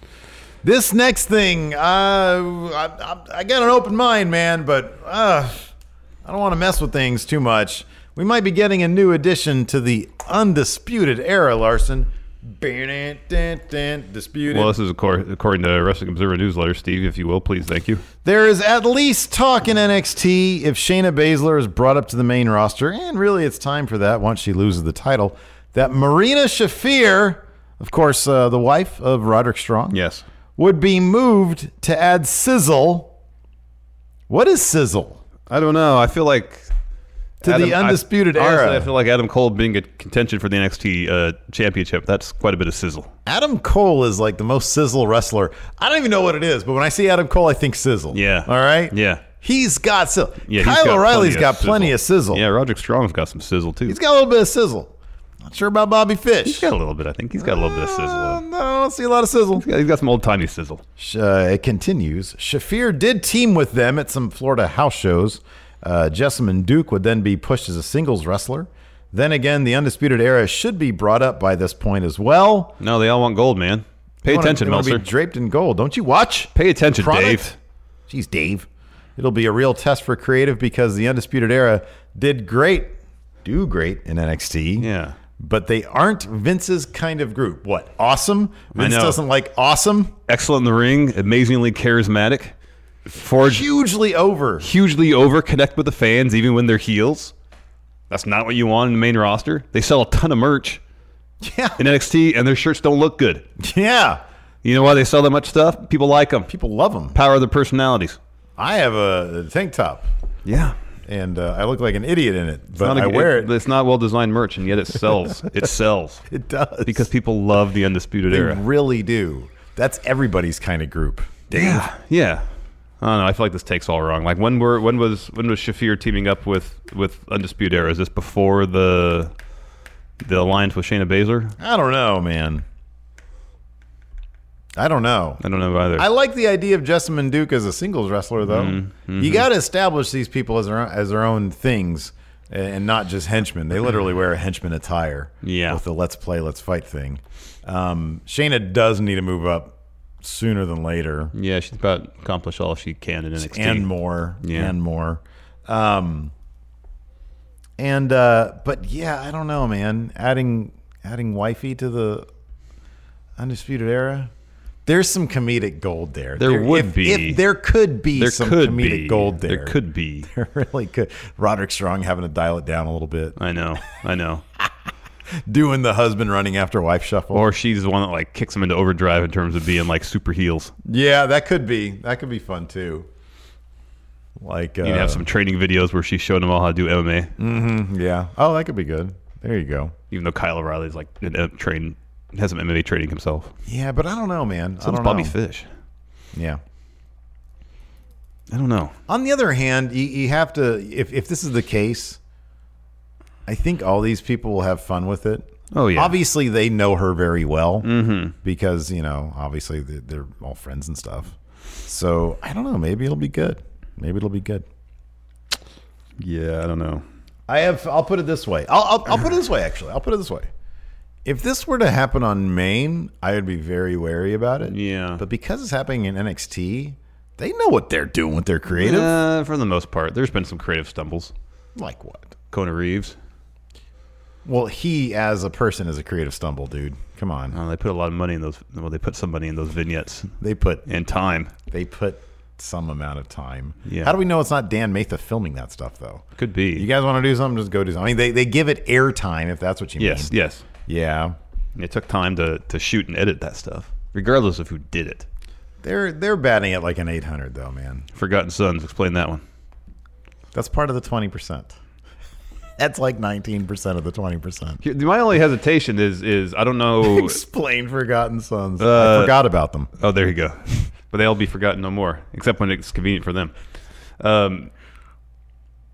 This next thing, uh, I, I, I got an open mind, man, but uh, I don't want to mess with things too much. We might be getting a new addition to the undisputed era, Larson. Disputed.
Well, this is according, according to Wrestling Observer newsletter, Steve, if you will, please, thank you.
There is at least talk in NXT if Shayna Baszler is brought up to the main roster, and really it's time for that once she loses the title, that Marina Shafir, of course, uh, the wife of Roderick Strong,
Yes.
would be moved to add sizzle. What is sizzle?
I don't know. I feel like
To the Undisputed
I,
Era.
Honestly, I feel like Adam Cole being in contention for the NXT uh, championship. That's quite a bit of sizzle.
Adam Cole is like the most sizzle wrestler. I don't even know what it is, but when I see Adam Cole, I think sizzle.
Yeah.
All right.
Yeah.
He's got sizzle.
Yeah. he's
Kyle O'Reilly's
plenty
got
of
plenty of sizzle.
Yeah. Roderick Strong's got some sizzle too.
He's got a little bit of sizzle. Not sure about Bobby Fish.
He's got a little bit. I think he's got a little bit of sizzle.
Uh, no, I don't see a lot of sizzle.
He's got- he's got some old timey sizzle.
Sh- Uh, it continues. Shafir did team with them at some Florida house shows. Uh, Jessamine Duke would then be pushed as a singles wrestler. Then again, the Undisputed Era should be brought up by this point as well.
No, they all want gold, man. Pay
They wanna-
attention,
they wanna
Meltzer.
Be draped in gold. Don't you watch?
Pay attention,
Product?
Dave.
Jeez, Dave. It'll be a real test for creative because the Undisputed Era did great, do great in NXT.
Yeah.
But they aren't Vince's kind of group. What? Awesome? Vince
know.
doesn't like awesome?
Excellent in the ring. Amazingly charismatic. Forge
Hugely over. *laughs*
hugely overconnect with the fans, even when they're heels. That's not what you want in the main roster. They sell a ton of merch
Yeah.
in NXT, and their shirts don't look good.
Yeah.
You know why they sell that much stuff? People like them.
People love him.
Power of their personalities.
I have a tank top
Yeah,
and uh, I look like an idiot in it, but I wear it.
It's not well designed merch, and yet
*laughs*
it sells. it sells
It does.
because people love the undisputed
they
era.
really do. That's everybody's kind of group.
Yeah, yeah. I don't know. I feel like this takes all wrong. Like when were when was when was Shafir teaming up with with Undisputed Era? Is this before the the alliance with Shayna Baszler?
I don't know, man. I don't know.
I don't know either.
I like the idea of Jessamine Duke as a singles wrestler, though. You got to establish these people as their own, as their own things, and and not just henchmen. They literally wear a henchman attire.
Yeah.
with the let's play, let's fight thing. Um, Shayna does need to move up sooner than later,
yeah, she's about accomplished all she can in NXT.
and more,
Yeah.
and more. Um, and uh, but yeah, I don't know, man. Adding adding wifey to the undisputed era. There's some comedic gold there.
There would
if-
be.
If there could be
there
some
could
comedic
be
gold there.
There could be.
There *laughs* really could. Roderick Strong having to dial it down a little
*laughs*
bit,
I know. I know.
doing the husband running after wife shuffle.
Or she's the one that like kicks him into overdrive in terms of being like super heels.
yeah, that could be. That could be fun too. Like uh, Mm.
You'd have some training videos where she showed him all how to do MMA,
Yeah. Oh, that could be good. There you go.
even though Kyle O'Reilly's like an- uh, train has some MMA training himself.
Yeah, but I don't know, man.
So
I
does
don't
Bobby
know.
Fish.
Yeah.
I don't know.
On the other hand, you, you have to if if this is the case, I think all these people will have fun with it.
Oh, yeah. Mm-hmm.
Obviously, they know her very well because you know, obviously they're, they're all friends and stuff. So I don't know. Maybe it'll be good. Maybe it'll be good.
Yeah, I don't know.
I have. I'll put it this way. I'll, I'll, I'll put it this way. Actually, I'll put it this way. If this were to happen on Maine, I would be very wary about it.
Yeah.
But because it's happening in NXT, they know what they're doing with their creative.
Uh, for the most part, there's been some creative stumbles.
like what?
Kona Reeves,
Well, he as a person is a creative stumble, dude. Come on.
uh, they put a lot of money in those. Well, they put some money in those vignettes
They put
and time.
they put some amount of time.
Yeah.
How do we know it's not Dan Matha filming that stuff though?
Could be.
You guys want to do something? Just go do something. I mean, they, they give it airtime if that's what you
yes,
mean.
yes.
Yeah.
And it took time to to shoot and edit that stuff, regardless of who did it.
They're they're batting at like an 800 though, man.
Forgotten Sons. Explain that one.
That's part of the 20%. That's like 19% of the 20%.
Here- My only hesitation is is I don't *laughs* know.
Explain Forgotten Sons. I
Uh,
forgot about them.
oh, there you go. *laughs* But they'll be forgotten no more, except when it's convenient for them. Um,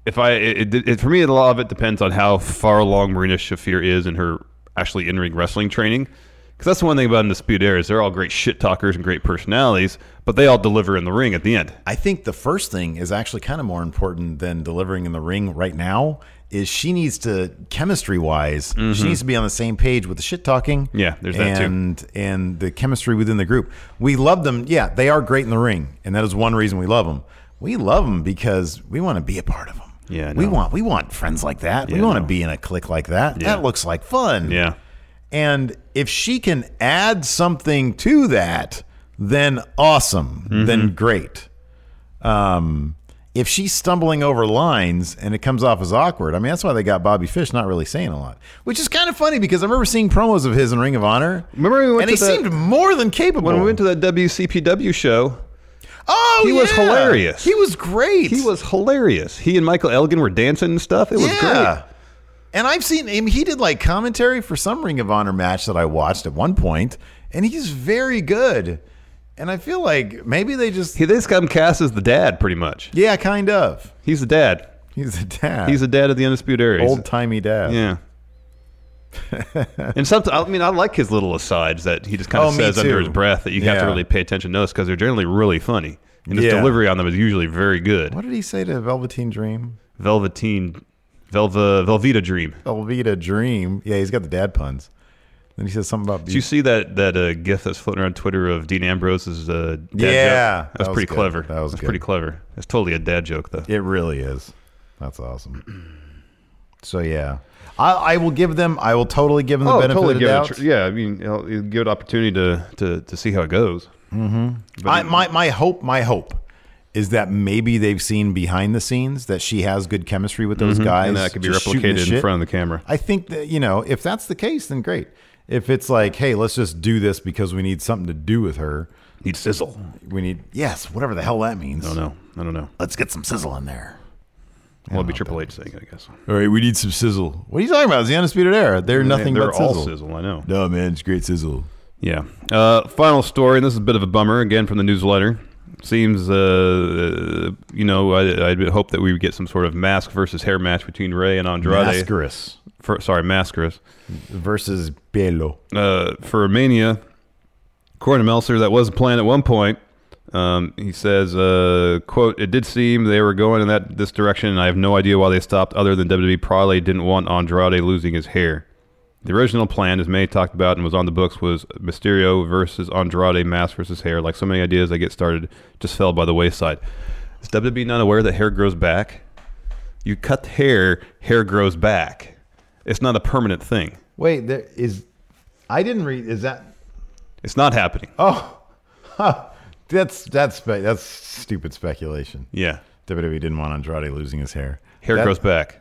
if I, it, it, it, for me, a lot of it depends on how far along Marina Shafir is in her actually in-ring wrestling training. Because that's the one thing about Undisputed Era is they're all great shit talkers and great personalities, but they all deliver in the ring at the end.
I think the first thing is actually kind of more important than delivering in the ring right now. Is she needs to chemistry wise, she needs to be on the same page with the shit talking.
Mm-hmm. Yeah, there's that too.
and, that too. And the chemistry within the group. We love them. Yeah, they are great in the ring, and that is one reason we love them. We love them because we want to be a part of them.
Yeah, I
we
know.
want we want friends like that. we
Yeah, I
want to
know.
be in a clique like that.
Yeah.
That looks like fun.
Yeah.
And if she can add something to that, then awesome,
Mm-hmm.
then great. Um, if she's stumbling over lines and it comes off as awkward, I mean, that's why they got Bobby Fish not really saying a lot, which is kind of funny because I remember seeing promos of his in Ring of Honor.
Remember we went
and
to
he
that-
seemed more than capable.
When we went to that WCPW show,
oh,
he was
yeah.
hilarious.
He was great.
he was hilarious. He and Michael Elgin were dancing and stuff. It was
yeah.
great.
And I've seen him. He did like commentary for some Ring of Honor match that I watched at one point, and he's very good. And I feel like maybe they just,
He, this guy cast as the dad, pretty much.
yeah, kind of.
He's the dad.
He's a dad.
He's the dad of the Undisputed Era. He's-
old timey dad.
Yeah. and sometimes, I mean, I like his little asides that he just kind
Oh,
of
me
says under
too.
his breath that you have to
Yeah.
really pay attention to those because they're generally really funny. And his
Yeah.
delivery on them is usually very good.
What did he say to Velveteen Dream?
Velveteen, Velva, Velveeta Dream.
Velveeta Dream. Yeah, he's got the dad puns. Then he says something about.
Did you see that that uh, gif that's floating around Twitter of Dean Ambrose's uh, dad
Yeah,
joke? That,
that
was
was
pretty
good.
clever.
That was
That's
good.
pretty clever. It's totally a dad joke though.
It really is. That's awesome. *clears throat* So yeah, I, I will give them. I will totally give them the benefit of the
Oh, give
doubt.
it. yeah, I mean, give it opportunity to, to to see how it goes.
I, my my hope my hope is that maybe they've seen behind the scenes that she has good chemistry with those guys,
Mm-hmm. And that could be
just shooting the
replicated in
shit.
front of the camera.
I think that you know if that's the case, then great. If it's like, hey, let's just do this because we need something to do with her.
Need sizzle.
We need yes, whatever the hell that means.
I don't know. I don't know.
Let's get some sizzle in there.
Well, it'd be Triple H saying, it, I guess.
All right, we need some sizzle. What are you talking about? It's the undisputed era. They're nothing
They're
but
all
sizzle.
sizzle. I know.
No man, it's great sizzle.
Yeah. Uh, final story, and this is a bit of a bummer again from the newsletter. Seems, uh, you know, I, I'd hoped that we would get some sort of mask versus hair match between Ray and Andrade.
Mascaris
For, sorry, Mascaris.
versus Belo.
Uh, for Mania, of According to Meltzer, that was a plan at one point. Um, he says, uh, "quote It did seem they were going in that this direction, and I have no idea why they stopped, other than WWE probably didn't want Andrade losing his hair. The original plan, as May talked about and was on the books, was Mysterio versus Andrade, mask versus hair. Like so many ideas that get started, just fell by the wayside. Is WWE not aware that hair grows back? You cut hair, hair grows back. It's not a permanent thing.
Wait, there is. I didn't read. Is that?
It's not happening.
Oh, huh. that's that's spe- that's stupid speculation.
Yeah,
WWE didn't want Andrade losing his hair.
hair
That-
grows back.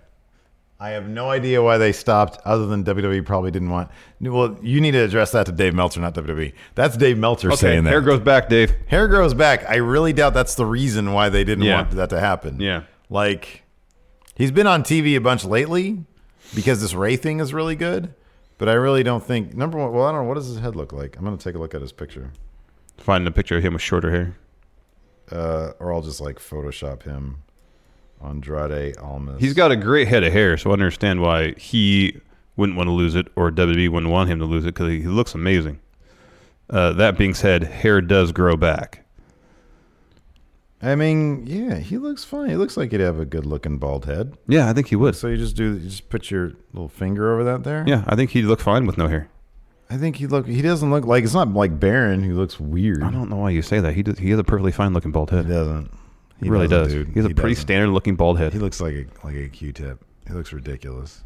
I have no idea why they stopped, other than WWE probably didn't want. Well, you need to address that to Dave Meltzer, not WWE. That's Dave Meltzer saying that.
hair grows back, Dave.
Hair grows back. I really doubt that's the reason why they didn't
Yeah.
want that to happen.
Yeah.
Like, he's been on TV a bunch lately because this Ray thing is really good. But I really don't think number one. Well, I don't know. What does his head look like? I'm gonna take a look at his picture,
Finding a picture of him with shorter hair.
uh, or I'll just like Photoshop him. Andrade Almas.
He's got a great head of hair, so I understand why he wouldn't want to lose it or WWE wouldn't want him to lose it because he he looks amazing. Uh, that being said, hair does grow back.
I mean, yeah, he looks fine. He looks like he'd have a good looking bald head.
Yeah, I think he would.
So you just do, you just put your little finger over that there.
Yeah, I think he'd look fine with no hair.
I think he look. He doesn't look like it's not like Baron who looks weird.
I don't know why you say that. He does, he has a perfectly fine looking bald head.
He doesn't.
He really
doesn't,
does.
dude.
He has a pretty
doesn't.
standard looking bald head.
He looks like a like a Q-tip. He looks ridiculous.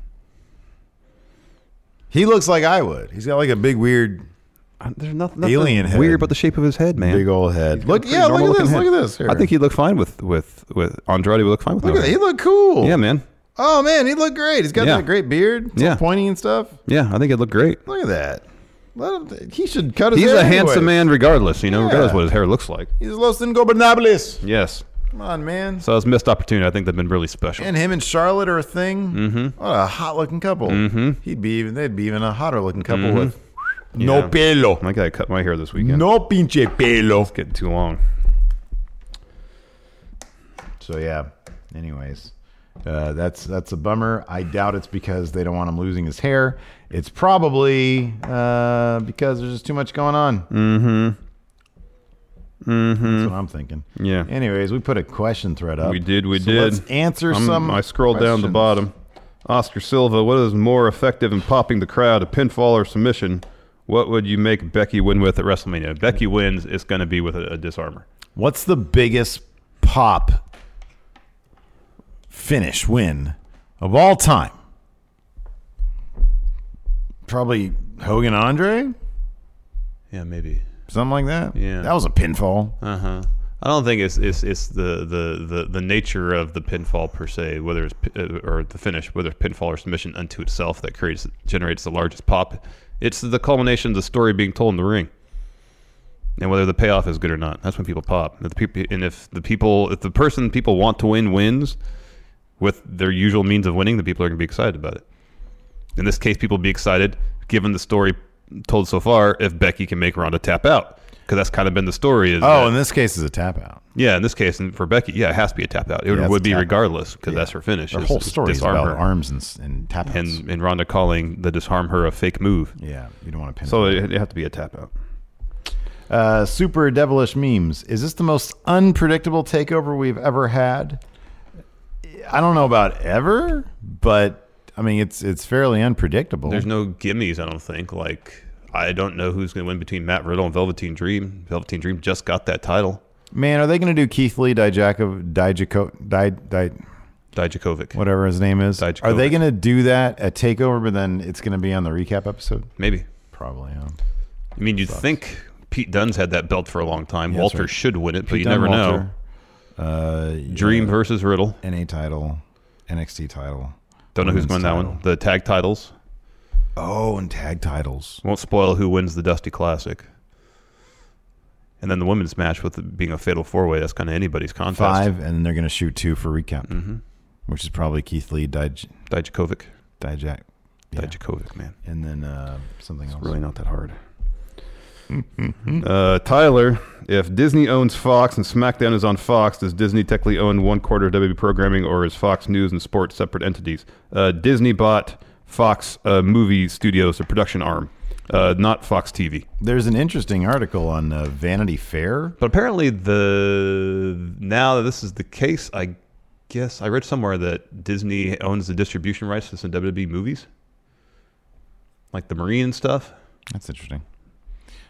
He looks like I would. He's got like a big weird
I- there's nothing, nothing
Alien head.
weird about the shape of his head, man.
big old head. Look,
Pretty
yeah,
normal
look at
looking
this.
head.
Look at this. Here.
I think he looked fine with with with Andrade. Would look fine with
look
no
at that.
hair.
He looked cool.
Yeah, man.
Oh man, he looked great. He's got
Yeah.
that great beard. It's
Yeah.
all pointy and stuff.
Yeah, I think it looked great.
Look at that. Let him. He should cut his.
He's
hair
a handsome
anyway.
man, regardless. You know, regardless
Yeah.
what his hair looks like.
He's Los Ingobernables.
Yes.
Come on, man.
So it's a missed opportunity. I think they've been really special.
and him and Charlotte are a thing. Mm-hmm. What a hot looking couple. Mm-hmm. He'd be even. They'd be even a hotter looking couple with no
Mm-hmm. Yeah.
pelo.
I gotta cut my hair this weekend.
No pinche pelo.
Getting too long.
So yeah. Anyways, uh, that's that's a bummer. I doubt it's because they don't want him losing his hair. It's probably uh, because there's just too much going on. Mm-hmm. Mm-hmm. That's what I'm thinking.
Yeah.
Anyways, we put a question thread up.
We did, we
Uh, So
did.
Let's answer
I'm-
some.
I scrolled down the
questions.
bottom. Oscar Silva, what is more effective in popping the crowd, a pinfall or submission? What would you make Becky win with at WrestleMania? If Becky wins, it's going to be with a, a disarmer.
What's the biggest pop finish win of all time? Probably Hogan Andre,
Yeah, maybe.
something like that.
Yeah.
that was a pinfall.
Uh huh. I don't think it's it's, it's the, the, the, the nature of the pinfall per se, whether it's pi- uh, or the finish, whether it's pinfall or submission unto itself that creates generates the largest pop. It's the culmination of the story being told in the ring, and whether the payoff is good or not. That's when people pop. If the people, and if the people, if the person people want to win wins with their usual means of winning, the people are going to be excited about it. In this case, people be excited given the story told so far. If Becky can make Ronda tap out. Because that's kind of been the story. Is that-
Oh, in this case, is a tap out.
yeah, in this case, and for Becky, yeah, it has to be a tap out. It
Yeah, it's a
would be
tap out.
regardless because that's her finish.
Her
is
whole story is
disarm
about
her.
arms and, s- and tap outs.
And and Ronda calling the disarm her a fake move.
yeah, you don't want to pin.
So it, it'd have to be a tap out.
Uh, super devilish memes. Is this the most unpredictable takeover we've ever had? I don't know about ever, but I mean it's it's fairly unpredictable.
There's no gimmies, I don't think. Like I don't know who's going to win between Matt Riddle and Velveteen Dream. Velveteen Dream just got that title.
Man, are they going to do Keith Lee Dijakovic, Dijakovic, Di, Di,
Dijakovic.
whatever his name is?
Dijakovic.
Are they going to do that at Takeover? But then it's going to be on the recap episode.
Maybe.
Probably. Yeah.
I mean, you'd think Pete Dunne's had that belt for a long time.
Yeah, that's
Walter
right.
should win it, but
Pete
you never
Dunne,
know.
Walter, Uh,
Dream versus Riddle.
NA title, NXT title.
Don't know who's
Women's
going that one.
title.
The tag titles
Oh, and tag titles.
Won't spoil who wins the Dusty Classic. And then the women's match with it being a fatal four way, that's kind of anybody's contest.
Five, and then they're going to shoot two for recap, which is probably Keith Lee Dij,
Dijakovic.
Dijak, yeah.
Dijakovic, man.
and then uh, something else.
Really not that hard. uh, Tyler, if Disney owns Fox and SmackDown is on Fox, does Disney technically own one quarter of WB programming or is Fox News and Sports separate entities? Uh, Disney bought Fox uh, Movie Studios, the production arm, uh, not Fox TV.
There's an interesting article on uh, Vanity Fair.
But apparently, the now that this is the case, I guess I read somewhere that Disney owns the distribution rights to some WWE movies, like the Marine stuff.
That's interesting.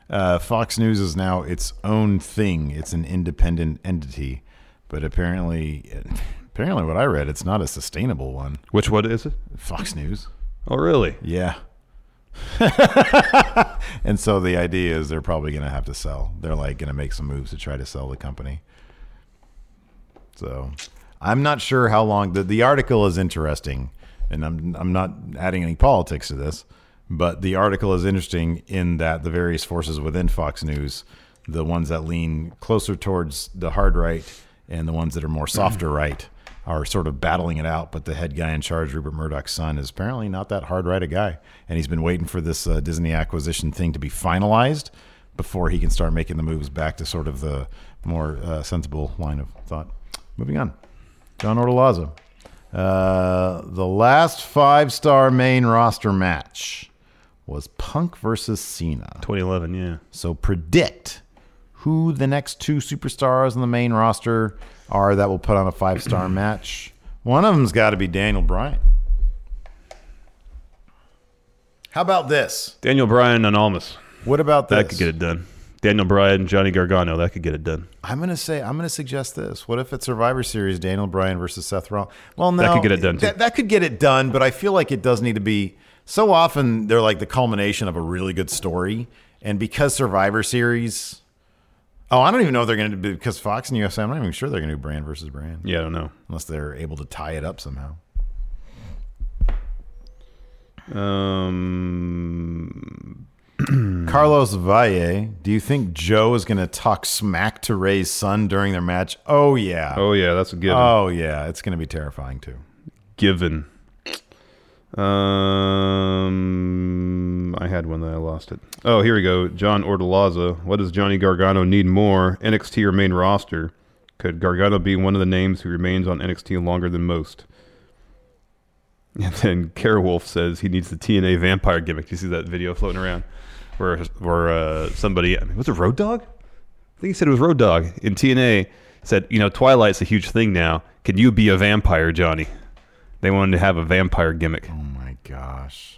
Uh, Fox News is now its own thing. It's an independent entity, but apparently, *laughs* apparently, what I read, it's not a sustainable one.
Which what is it?
Fox News.
Oh, really?
Yeah. *laughs* and so the idea is they're probably going to have to sell. They're like going to make some moves to try to sell the company. So I'm not sure how long the, the article is interesting. And I'm, I'm not adding any politics to this, but the article is interesting in that the various forces within Fox News, the ones that lean closer towards the hard right and the ones that are more softer right, are sort of battling it out. But the head guy in charge, Rupert Murdoch's son, is apparently not that hard right a guy, and he's been waiting for this uh, Disney acquisition thing to be finalized before he can start making the moves back to sort of the more uh, sensible line of thought. Moving on, John Ortolazzo. Uh, the last five star main roster match was Punk versus Cena.
2011, yeah.
So predict who the next two superstars on the main roster are that will put on a five
*clears throat*
star match. One of them's got to be Daniel Bryan. How about this?
Daniel Bryan and Almas.
What about this?
That could get it done. Daniel Bryan, Johnny Gargano, that could get it done.
I'm gonna say I'm gonna suggest this. What if it's Survivor Series, Daniel Bryan versus Seth Rollins? Well, no,
That could get it done, too.
That, that could get it done, but I feel like it does need to be. So often they're like the culmination of a really good story, and because Survivor Series, oh, I don't even know if they're gonna do because Fox and USA. I'm not even sure they're gonna do brand versus brand
Yeah, I don't know.
unless they're able to tie it up somehow.
Um,
Carlos Valle, do you think Joe is gonna talk smack to Ray's son during their match? Oh yeah,
oh yeah, that's a given.
oh yeah, it's gonna be terrifying too.
given. Um, I had one that I lost it. Oh, here we go. John Ortolaza. What does Johnny Gargano need more? NXT or main roster? Could Gargano be one of the names who remains on NXT longer than most? *laughs* And then Carewolf says he needs the TNA vampire gimmick. You see that video floating around where where uh, somebody I mean, was it Road Dog? I think he said it was Road Dog in TNA. Said you know Twilight's a huge thing now. Can you be a vampire, Johnny? They wanted to have a vampire gimmick.
Oh my gosh.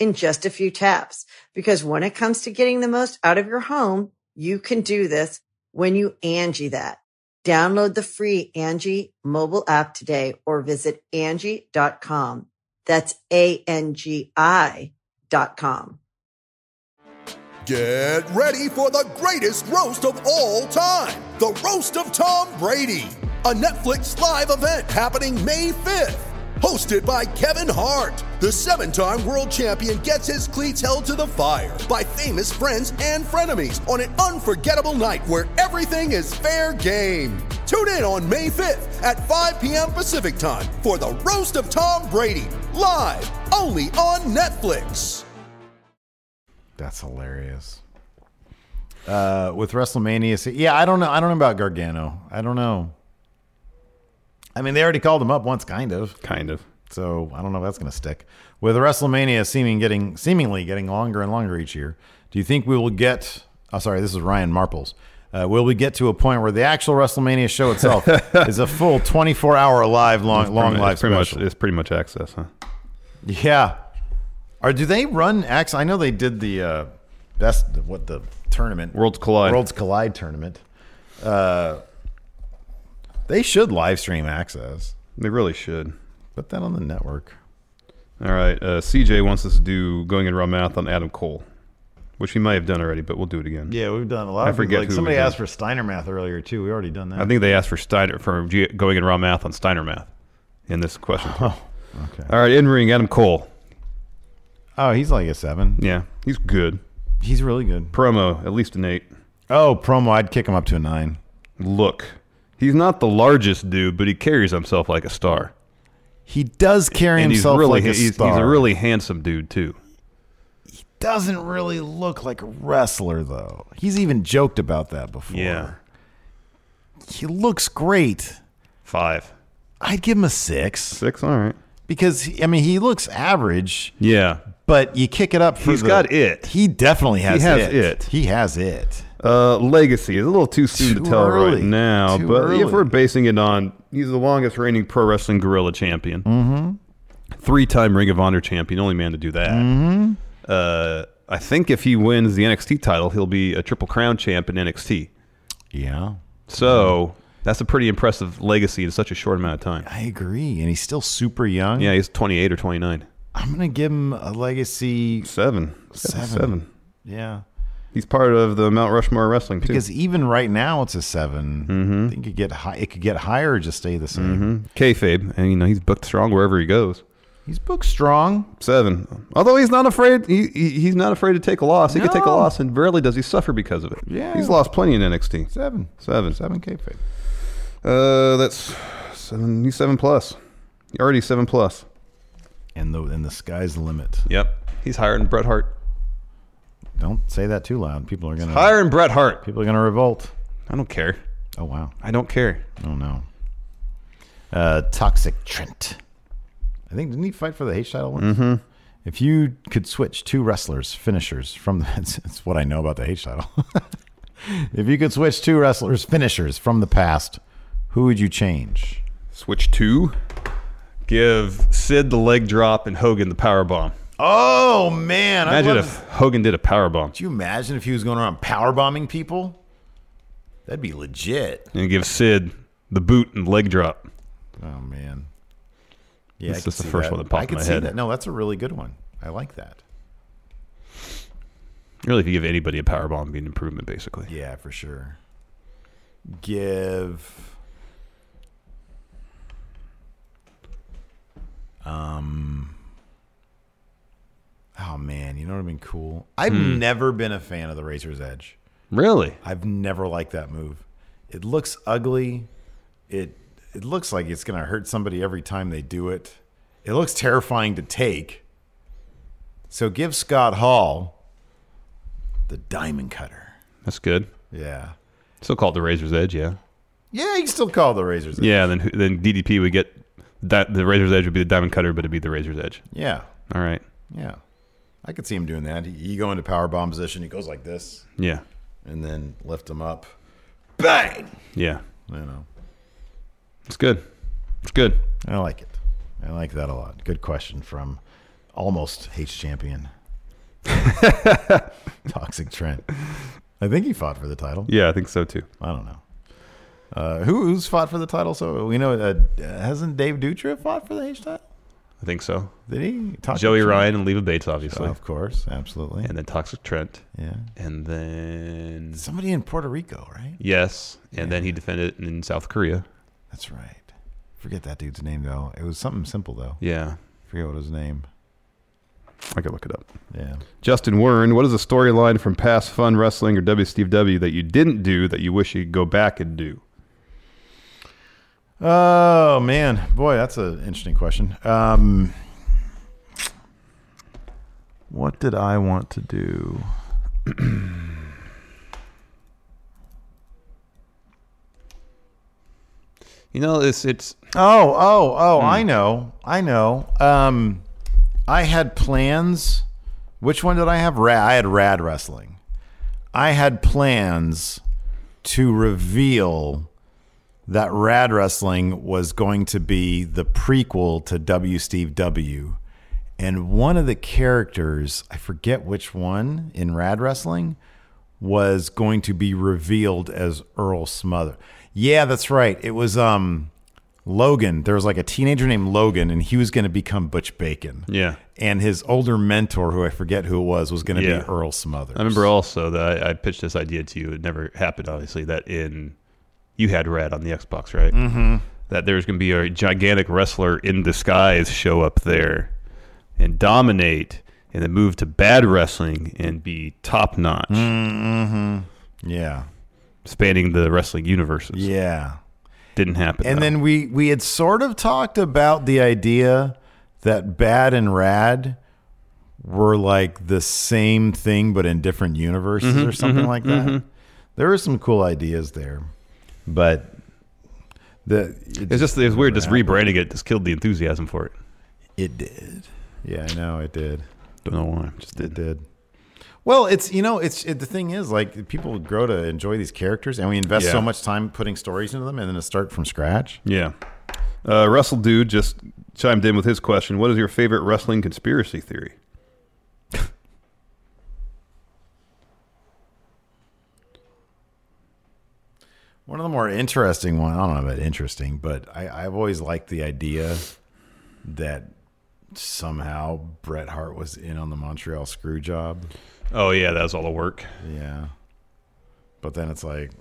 in just a few taps. Because when it comes to getting the most out of your home, you can do this when you Angie that. Download the free Angie mobile app today or visit Angie.com. That's A-N-G-I dot com.
Get ready for the greatest roast of all time the Roast of Tom Brady, a Netflix live event happening May 5th. Hosted by Kevin Hart, the seven time world champion gets his cleats held to the fire by famous friends and frenemies on an unforgettable night where everything is fair game. Tune in on May 5th at 5 p.m. Pacific time for the Roast of Tom Brady, live only on Netflix.
That's hilarious. Uh, with WrestleMania, so- yeah, I don't know. I don't know about Gargano. I don't know. I mean, they already called him up once, kind of.
Kind of.
So I don't know if that's going to stick. With WrestleMania seeming getting seemingly getting longer and longer each year, do you think we will get? Oh, sorry, this is Ryan Marples. Uh, will we get to a point where the actual WrestleMania show
*laughs*
itself is a full 24 hour live long
It's
long
pretty,
live
it's pretty
special?
much it's pretty much access, huh?
Yeah. Or do they run Ax? I know they did the uh, best what the tournament
Worlds Collide.
Worlds Collide tournament. Uh, they should live stream access.
They really should.
Put that on the network.
All right. Uh, CJ wants us to do going in raw math on Adam Cole, which we might have done already, but we'll do it again.
Yeah, we've done a lot.
I
of people-
forget
Like
who
somebody
we did.
asked for Steiner math earlier too. We already done that.
I think they asked for Steiner for G- going in raw math on Steiner math in this question.
Oh, okay.
All right. In ring, Adam Cole.
Oh, he's like a seven.
Yeah, he's good.
He's really good.
Promo, at least an eight.
Oh, promo. I'd kick him up to a nine.
Look, he's not the largest dude, but he carries himself like a star.
He does carry
and he's
himself
really
like a
he's, he's
star.
a really handsome dude too.
doesn't really look like a wrestler though. He's even joked about that before.
Yeah.
He looks great.
Five.
I'd give him a six.
Six, all right.
Because I mean he looks average,
Yeah.
but you kick it up for
He's
the-
got it.
He definitely has,
he has it.
He has it.
Uh, legacy is a little too soon
Too
to tell
early.
right now,
Too
but
early.
if we're basing it on, he's the longest reigning pro wrestling gorilla champion,
Mm-hmm.
three-time Ring of Honor champion, only man to do that.
Mhm.
Uh, I think if he wins the NXT title, he'll be a triple crown champ in NXT.
Yeah.
So that's a pretty impressive legacy in such a short amount of time.
I agree. And he's still super young.
Yeah, he's 28 or 29.
I'm gonna give him a legacy
Seven.
Seven.
Seven.
Yeah.
He's part of the Mount Rushmore of wrestling too.
Because even right now it's a 7
Mm-hmm.
I think it could get high it could get higher or just stay the same.
Mhm. kayfabe, and you know he's booked strong wherever he goes.
He's booked strong.
Seven. Although he's not afraid, he, he he's not afraid to take a loss. He could take a
No.
loss, and rarely does he suffer because of it.
Yeah.
he's lost plenty in NXT.
Seven.
Seven.
Seven K fig.
Uh, that's seven. He's seven plus. Already seven plus.
And the and the sky's the limit.
Yep. He's higher than Bret Hart.
Don't say that too loud. People are gonna
Higher than Bret Hart.
people are gonna revolt.
I don't care.
Oh wow.
I don't care.
Oh no. Uh, Toxic Trent. I think didn't he fight for the H title once? Mm-hmm. If you could switch two wrestlers finishers from the *laughs* that's, that's what I know about the H title. *laughs* if you could switch two wrestlers finishers from the past, who would you change?
Switch two. Give Sid the leg drop and Hogan the power bomb.
Oh man!
Imagine if Hogan did a power bomb
Do you imagine if he was going around power bombing people? That'd be legit.
and give Sid the boot and leg drop.
Oh man. Yeah, I
That's just
could
the
see
first
that.
one that popped
I
in
could
my
see
head.
That. No, that's a really good one. I like that.
Really, if you give anybody a power bomb, it'd be an improvement, basically.
Yeah, for sure. Give. Um. Oh man, you know what I mean? Cool. I've never been a fan of the Razor's Edge.
Really?
I've never liked that move. It looks ugly. It it looks like it's gonna hurt somebody every time they do it. It looks terrifying to take. So give Scott Hall the diamond cutter.
That's good.
Yeah.
Still call it the Razor's Edge, yeah.
Yeah, you can still call it the Razor's Edge.
Yeah, then who- then DDP would get that the Razor's Edge would be the Diamond Cutter, but it'd be the Razor's Edge.
Yeah.
All right.
Yeah. I could see him doing that. He, you go into power bomb position, he goes like this,
Yeah.
and then lift him up. Bang!
Yeah.
You know.
It's good. It's good.
I like it. I like that a lot. Good question from almost H champion. *laughs* Toxic Trent. I think he fought for the title.
Yeah, I think so too.
I don't know. Uh, who, who's fought for the title? So we know uh, hasn't Dave Dutra fought for the H title?
I think so.
Did he? Toxic
Joey
Trent?
Ryan and Leva Bates, obviously.
of course, absolutely.
And then Toxic Trent.
yeah,
And then
somebody in Puerto Rico, right?
Yes. And then he defended it in South Korea.
That's right. Forget that dude's name though. It was something simple though.
Yeah.
Forget what his name.
I could look it up.
Yeah.
Justin Wern, what is a storyline from past fun wrestling or W Steve W that you didn't do that you wish you could go back and do?
Oh man, boy, that's an interesting question. Um,
What did I want to do?
You know, it's it's
Oh, oh, oh, I know. I know. Um I had plans. Which one did I have? Rad I had rad wrestling. I had plans to reveal that rad wrestling was going to be the prequel to W Steve W. And one of the characters, I forget which one in Rad Wrestling, was going to be revealed as Earl Smother. Yeah, that's right. It was um Logan. There was like a teenager named Logan, and he was going to become Butch Bacon.
Yeah.
And his older mentor, who I forget who it was, was going to be Earl Smothers.
I remember also that I, I pitched this idea to you. It never happened, obviously. That in you had Red on the Xbox, right?
Mhm.
That there's going to be a gigantic wrestler in disguise show up there and dominate, and then move to bad wrestling and be top notch.
Mm-hmm. Yeah.
Spanning the wrestling universes.
Yeah.
Didn't happen.
And then we we had sort of talked about the idea that bad and rad were like the same thing but in different universes
Mhm,
or something
mhm,
like that.
mhm.
There were some cool ideas there, but the it
it's just it's weird. Just rebranding it just killed the enthusiasm for it.
It did. Yeah, I know it did.
Don't know why. Just did. It
did. Well, it's you know, it's it, the thing is like people grow to enjoy these characters, and we invest
Yeah.
so much time putting stories into them, and then to start from scratch.
Yeah. Uh, Russell Dude just chimed in with his question. What is your favorite wrestling conspiracy theory?
One of the more interesting one, I don't know about interesting, but I, I've always liked the idea that somehow Bret Hart was in on the Montreal screw job.
Oh yeah, that was all the work.
Yeah. But then it's like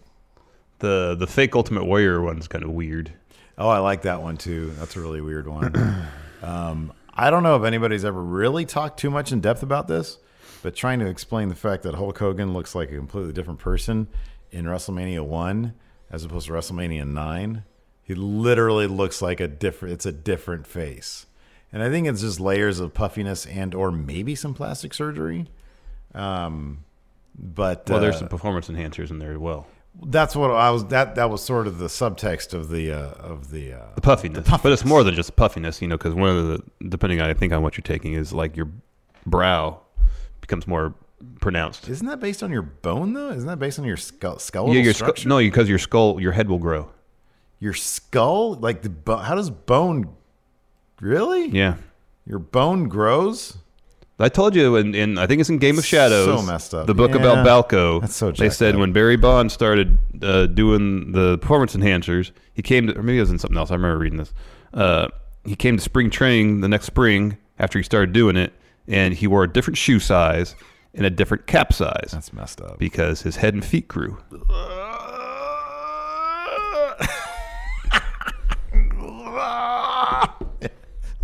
the the fake Ultimate Warrior one's kind of weird.
Oh, I like that one too. That's a really weird
*clears throat*
one. um, I don't know if anybody's ever really talked too much in depth about this, but trying to explain the fact that Hulk Hogan looks like a completely different person in WrestleMania 1 as opposed to WrestleMania 9. He literally looks like a different it's a different face. And I think it's just layers of puffiness and or maybe some plastic surgery. Um but
Well, there's
uh,
some performance enhancers in there as well.
that's what I was that that was sort of the subtext of the uh, of the uh,
The puffiness, but it's more than just puffiness, you know, because one of the depending on I think on what you're taking is like your brow becomes more pronounced.
Isn't that based on your bone though? Isn't that based on your skull skeletal
Yeah, your skull,
structure?
no, because your skull, your head will grow.
Your skull, like the bo- how does bone really?
Yeah,
your bone grows.
I told you, and in, I think it's in Game of Shadows.
messed up.
The book
Yeah.
about Balco. That's
so
They
jacked
said when Barry Bond started uh, doing the performance enhancers, he came to, or maybe it was in something else. I remember reading this. Uh, he came to spring training the next spring after he started doing it, and he wore a different shoe size and a different cap size. That's
messed up.
Because his head and feet grew.
*laughs*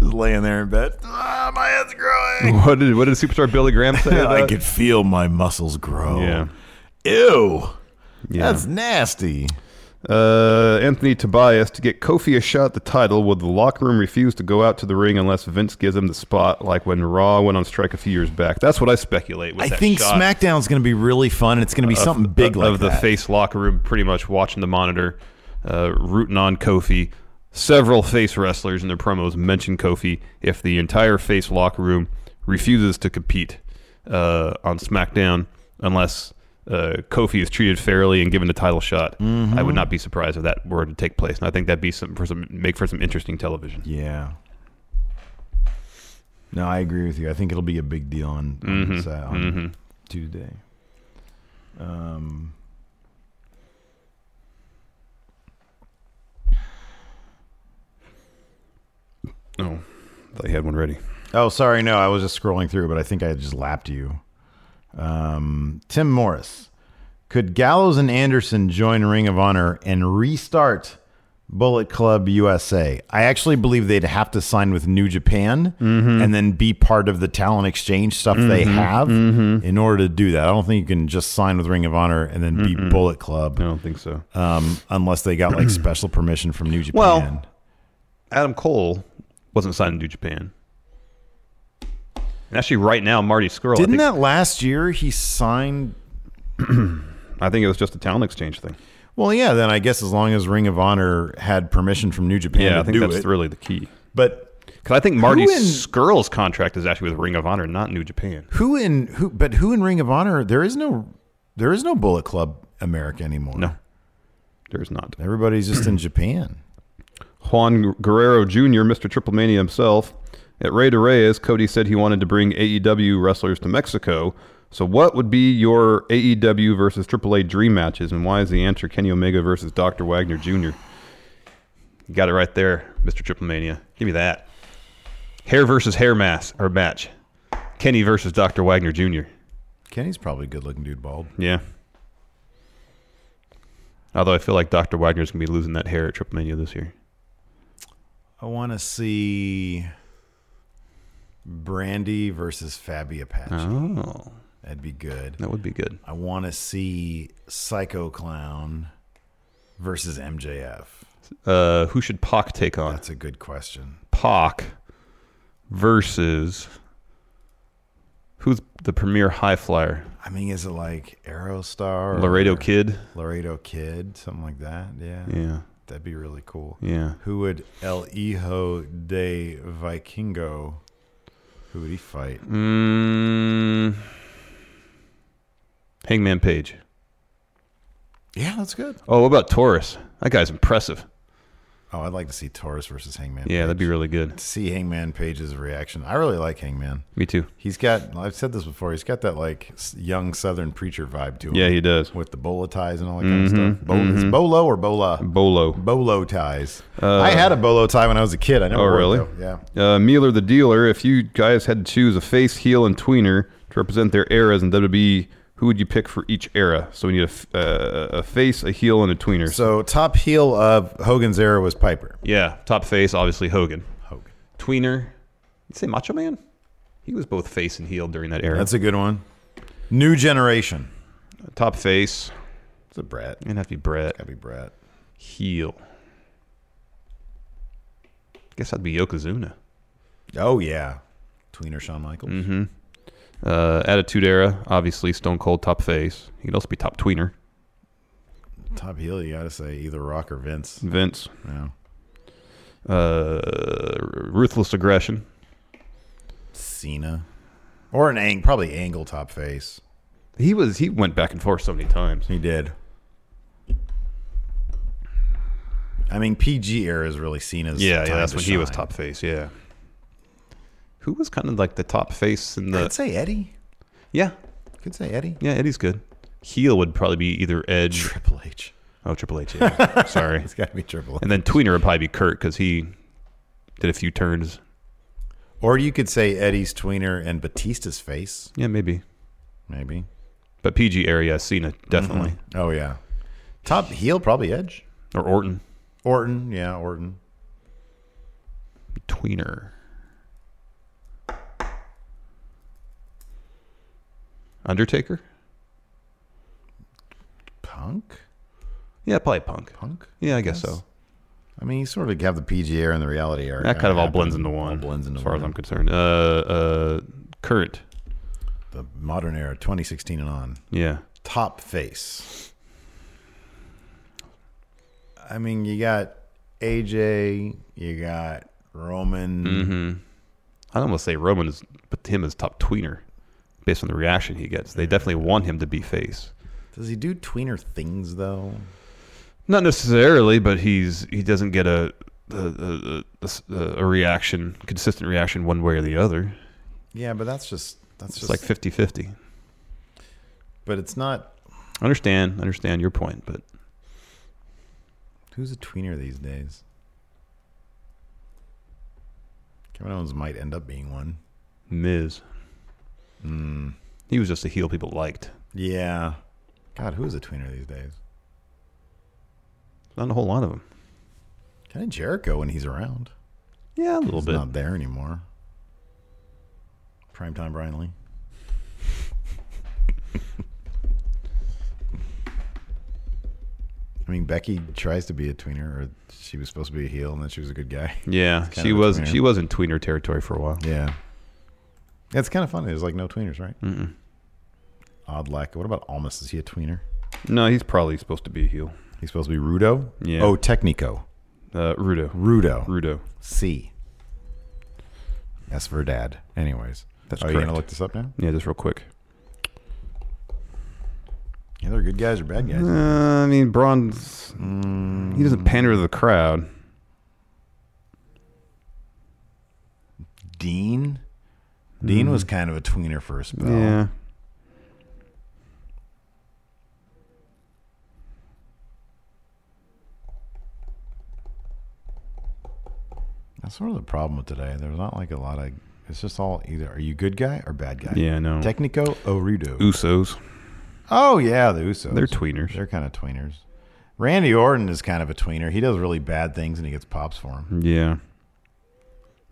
Just laying there in bed. Ah, my head's
*laughs*
growing.
What did what did superstar Billy Graham
*laughs*
say?
I
about-
could feel my muscles grow.
Yeah.
Ew.
Yeah.
That's nasty.
Uh, Anthony Tobias to get Kofi a shot at the title. Will the locker room refuse to go out to the ring unless Vince gives him the spot, like when Raw went on strike a few years back? That's what I speculate. With
I
that
think
shot
SmackDown's going to be really fun. and It's going to be
of-
something big
of,
like
the
that.
face locker room, pretty much watching the monitor, uh, rooting on Kofi. Several face wrestlers in their promos mention Kofi. If the entire face locker room refuses to compete uh, on SmackDown, unless uh, Kofi is treated fairly and given the title shot, I would not be surprised if that were to take place. And I think that'd be some for some make for some interesting television.
Yeah. No, I agree with you. I think it'll be a big deal on, on,
Mhm.
Sa- on
Mhm.
Tuesday. Um,
Oh, I thought you had one ready.
oh, sorry. No, I was just scrolling through, but I think I just lapped you. Um, Tim Morris. Could Gallows and Anderson join Ring of Honor and restart Bullet Club USA? I actually believe they'd have to sign with New Japan and then be part of the talent exchange stuff they
Mhm.
have in order to do that. I don't think you can just sign with Ring of Honor and then be Bullet Club. I
don't think so.
Um, unless they got *clears throat* like special permission from New Japan.
Well, Adam Cole wasn't signed to New Japan. And actually, right now, Marty Skrull.
Didn't
I think,
that last year he signed?
I think it was just a talent exchange thing.
Well, yeah. Then I guess as long as Ring of Honor had permission from New Japan,
Yeah,
to
I think
do
that's
it.
really the key.
But
because I think Marty
Who in-
Skrull's contract is actually with Ring of Honor, not New Japan.
Who in who? But who in Ring of Honor? There is no, there is no Bullet Club America anymore. No,
there is not.
Everybody's just *clears throat* in Japan.
Juan Guerrero Jr., Mr. Triple Mania himself. At Rey de Reyes, Cody said he wanted to bring AEW wrestlers to Mexico. So, what would be your AEW versus AAA dream matches, and why is the answer Kenny Omega versus Dr. Wagner Jr.? You got it right there, Mr. Triple Mania. Give me that. Hair versus hair mass or match. Kenny versus Dr. Wagner Jr.
Kenny's probably a good-looking dude, bald.
Yeah. Although I feel like Dr. Wagner's gonna be losing that hair at Triple Mania this year.
I want to see Brandy versus Fabi Apache.
Oh.
That'd be good.
That would be good.
I want to see Psycho Clown versus MJF.
Uh, who should Pac take on? That's
a good question.
Pac versus who's the premier high flyer?
I mean, is it like Aerostar? or
Laredo Kid?
Laredo Kid, something like that. Yeah.
Yeah.
That'd be really cool.
Yeah.
Who would El Hijo de Vikingo? Who would he fight?
Mm, Hangman Page.
Yeah, that's good.
Oh, what about Taurus? That guy's impressive.
Oh, I'd like to see Taurus versus Hangman.
Yeah, that'd be really good.
To see Hangman Page's reaction. I really like Hangman.
Me too.
He's got. I've said this before. He's got that like s- young Southern preacher vibe to him.
Yeah, he does.
With the bolo ties and all that kind of
Mhm,
stuff. Bo- It's
mhm.
bolo or bola?
Bolo.
Bolo ties. I had a bolo tie when I was a kid. I never
Uh, Oh,
wore it,
really?
though. Yeah.
Uh, Mueller the dealer. If you guys had to choose a face, heel, and tweener to represent their eras in WWE, who would you pick for each era? So we need a, f- uh, a face, a heel, and a tweener.
So top heel of Hogan's era was Piper.
yeah, top face obviously Hogan. Hogan. Tweener. You say Macho Man? He was both face and heel during that era.
That's a good one. New generation.
Top face.
It's a Brett.
It'd have to be Brett.
Gotta be Brett.
Heel. Guess that'd be Yokozuna.
Oh yeah. Tweener Shawn Michaels.
Mm-hmm. Uh, Attitude Era, obviously Stone Cold top face. He'd also be top tweener.
Top heel, you gotta say either Rock or Vince.
Vince.
Yeah.
Uh, ruthless aggression.
Cena. Or an ang probably angle top face.
He was he went back and forth so many times.
He did. I mean PG era is really Cena's.
yeah, yeah,
time
that's
to
when he was
shine.
top face. Yeah. Who was kind of like the top face in the?
I'd say Eddie.
Yeah.
Could say
*laughs*
Eddie.
Yeah, Eddie's good. Heel would probably be either Edge,
Triple H.
Oh, Triple
*laughs*
H. Yeah. Sorry, it's
got to be Triple H.
And then tweener would probably be Kurt because he did a few turns.
Or you could say Eddie's tweener and Batista's face.
Yeah, maybe.
Maybe.
But PG area, Cena definitely,
Mhm. Oh yeah. Top heel probably Edge.
or Orton,
Orton, yeah, Orton.
tweener. Undertaker.
Punk?
Yeah, probably Punk.
Punk?
Yeah, I guess so.
I mean, you sort of have the PG era and the reality era.
That kind of all
happen.
blends into one.
blends into
as far as
one.
I'm concerned. Uh, uh, current.
The modern era, 2016 and on.
Yeah.
Top face. I mean, you got AJ, you got Roman.
hmm I'd almost say Roman is, but him as top tweener, based on the reaction he gets. They definitely want him to be face.
Does he do tweener things though?
Not necessarily, but he's he doesn't get a a, a, a, a reaction, consistent reaction one way or the other.
Yeah, but that's just that's
It's
just
like 50-50.
But it's not
I understand, I understand your point, but
who's a tweener these days. Kevin Owens might end up being one.
Miz,
Hmm.
he was just a heel people liked.
Yeah. God, who's a tweener these days?
Not a whole lot of them.
Kind of Jericho when he's around.
Yeah, a little
He's
bit.
Not there anymore. Primetime Brian Lee. I mean, Becky tries to be a tweener, or she was supposed to be a
*laughs*
heel, and then she was a good guy.
Yeah,
It's kind
she
of a
was
tweener.
she was in tweener territory for a while.
Yeah. Yeah, it's kind of funny. There's like no tweeners, right? Mm-mm. Odd lack. What about Almas? Is he a tweener?
No, he's probably supposed to be a heel.
He's supposed to be Rudo?
Yeah.
Oh, Technico.
Uh, Rudo.
Rudo.
Rudo.
C. S for dad. Anyways.
That's
Are you going to
correct.
look this up now?
Yeah, just real quick.
Either good guys or bad guys.
Uh, I mean, Braun's. He doesn't pander to the crowd.
Dean? Dean
Mm.
was kind of a tweener for a spell.
Yeah.
That's sort of the problem with today. There's not like a lot of. It's just all either are you good guy or bad guy.
Yeah, I know.
Technico Orudo.
Usos.
Oh yeah, the Usos.
They're tweeners.
They're kind of tweeners. Randy Orton is kind of a tweener. He does really bad things and he gets pops for him.
Yeah.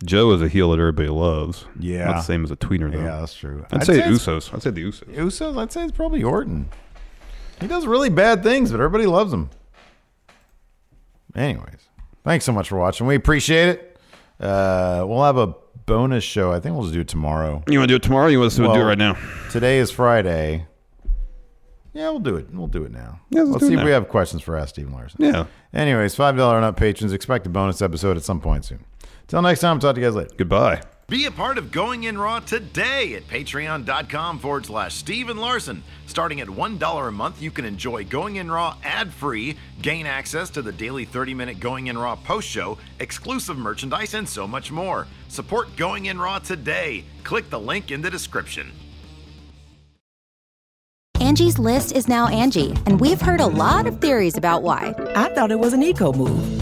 Joe is a heel that everybody loves.
Yeah.
Not the same as a tweener, though.
Yeah, that's true.
Mm-hmm. I'd,
I'd
say,
say it's-
Usos. I'd say the Usos.
Usos, I'd say it's probably Orton. He does really bad things, but everybody loves him. Anyways, thanks so much for watching. We appreciate it. Uh, we'll have a bonus show. I think we'll just do it tomorrow.
You want to do it tomorrow? Or you want us to do it
Well,
right now?
Today is Friday. Yeah, we'll do it. We'll do it now.
Yeah, let's do
see
it
if
now.
we have questions for Ask Steven Larson.
Yeah.
Anyways, $5 and up patrons expect a bonus episode at some point soon. Till next time, talk to you guys later.
Goodbye.
Be a part of Going In Raw today at patreon.com forward slash Steven Larson. Starting at $1 a month, you can enjoy Going In Raw ad free, gain access to the daily 30 minute Going In Raw post show, exclusive merchandise, and so much more. Support Going In Raw today. Click the link in the description.
Angie's list is now Angie, and we've heard a lot of theories about why.
I thought it was an eco move.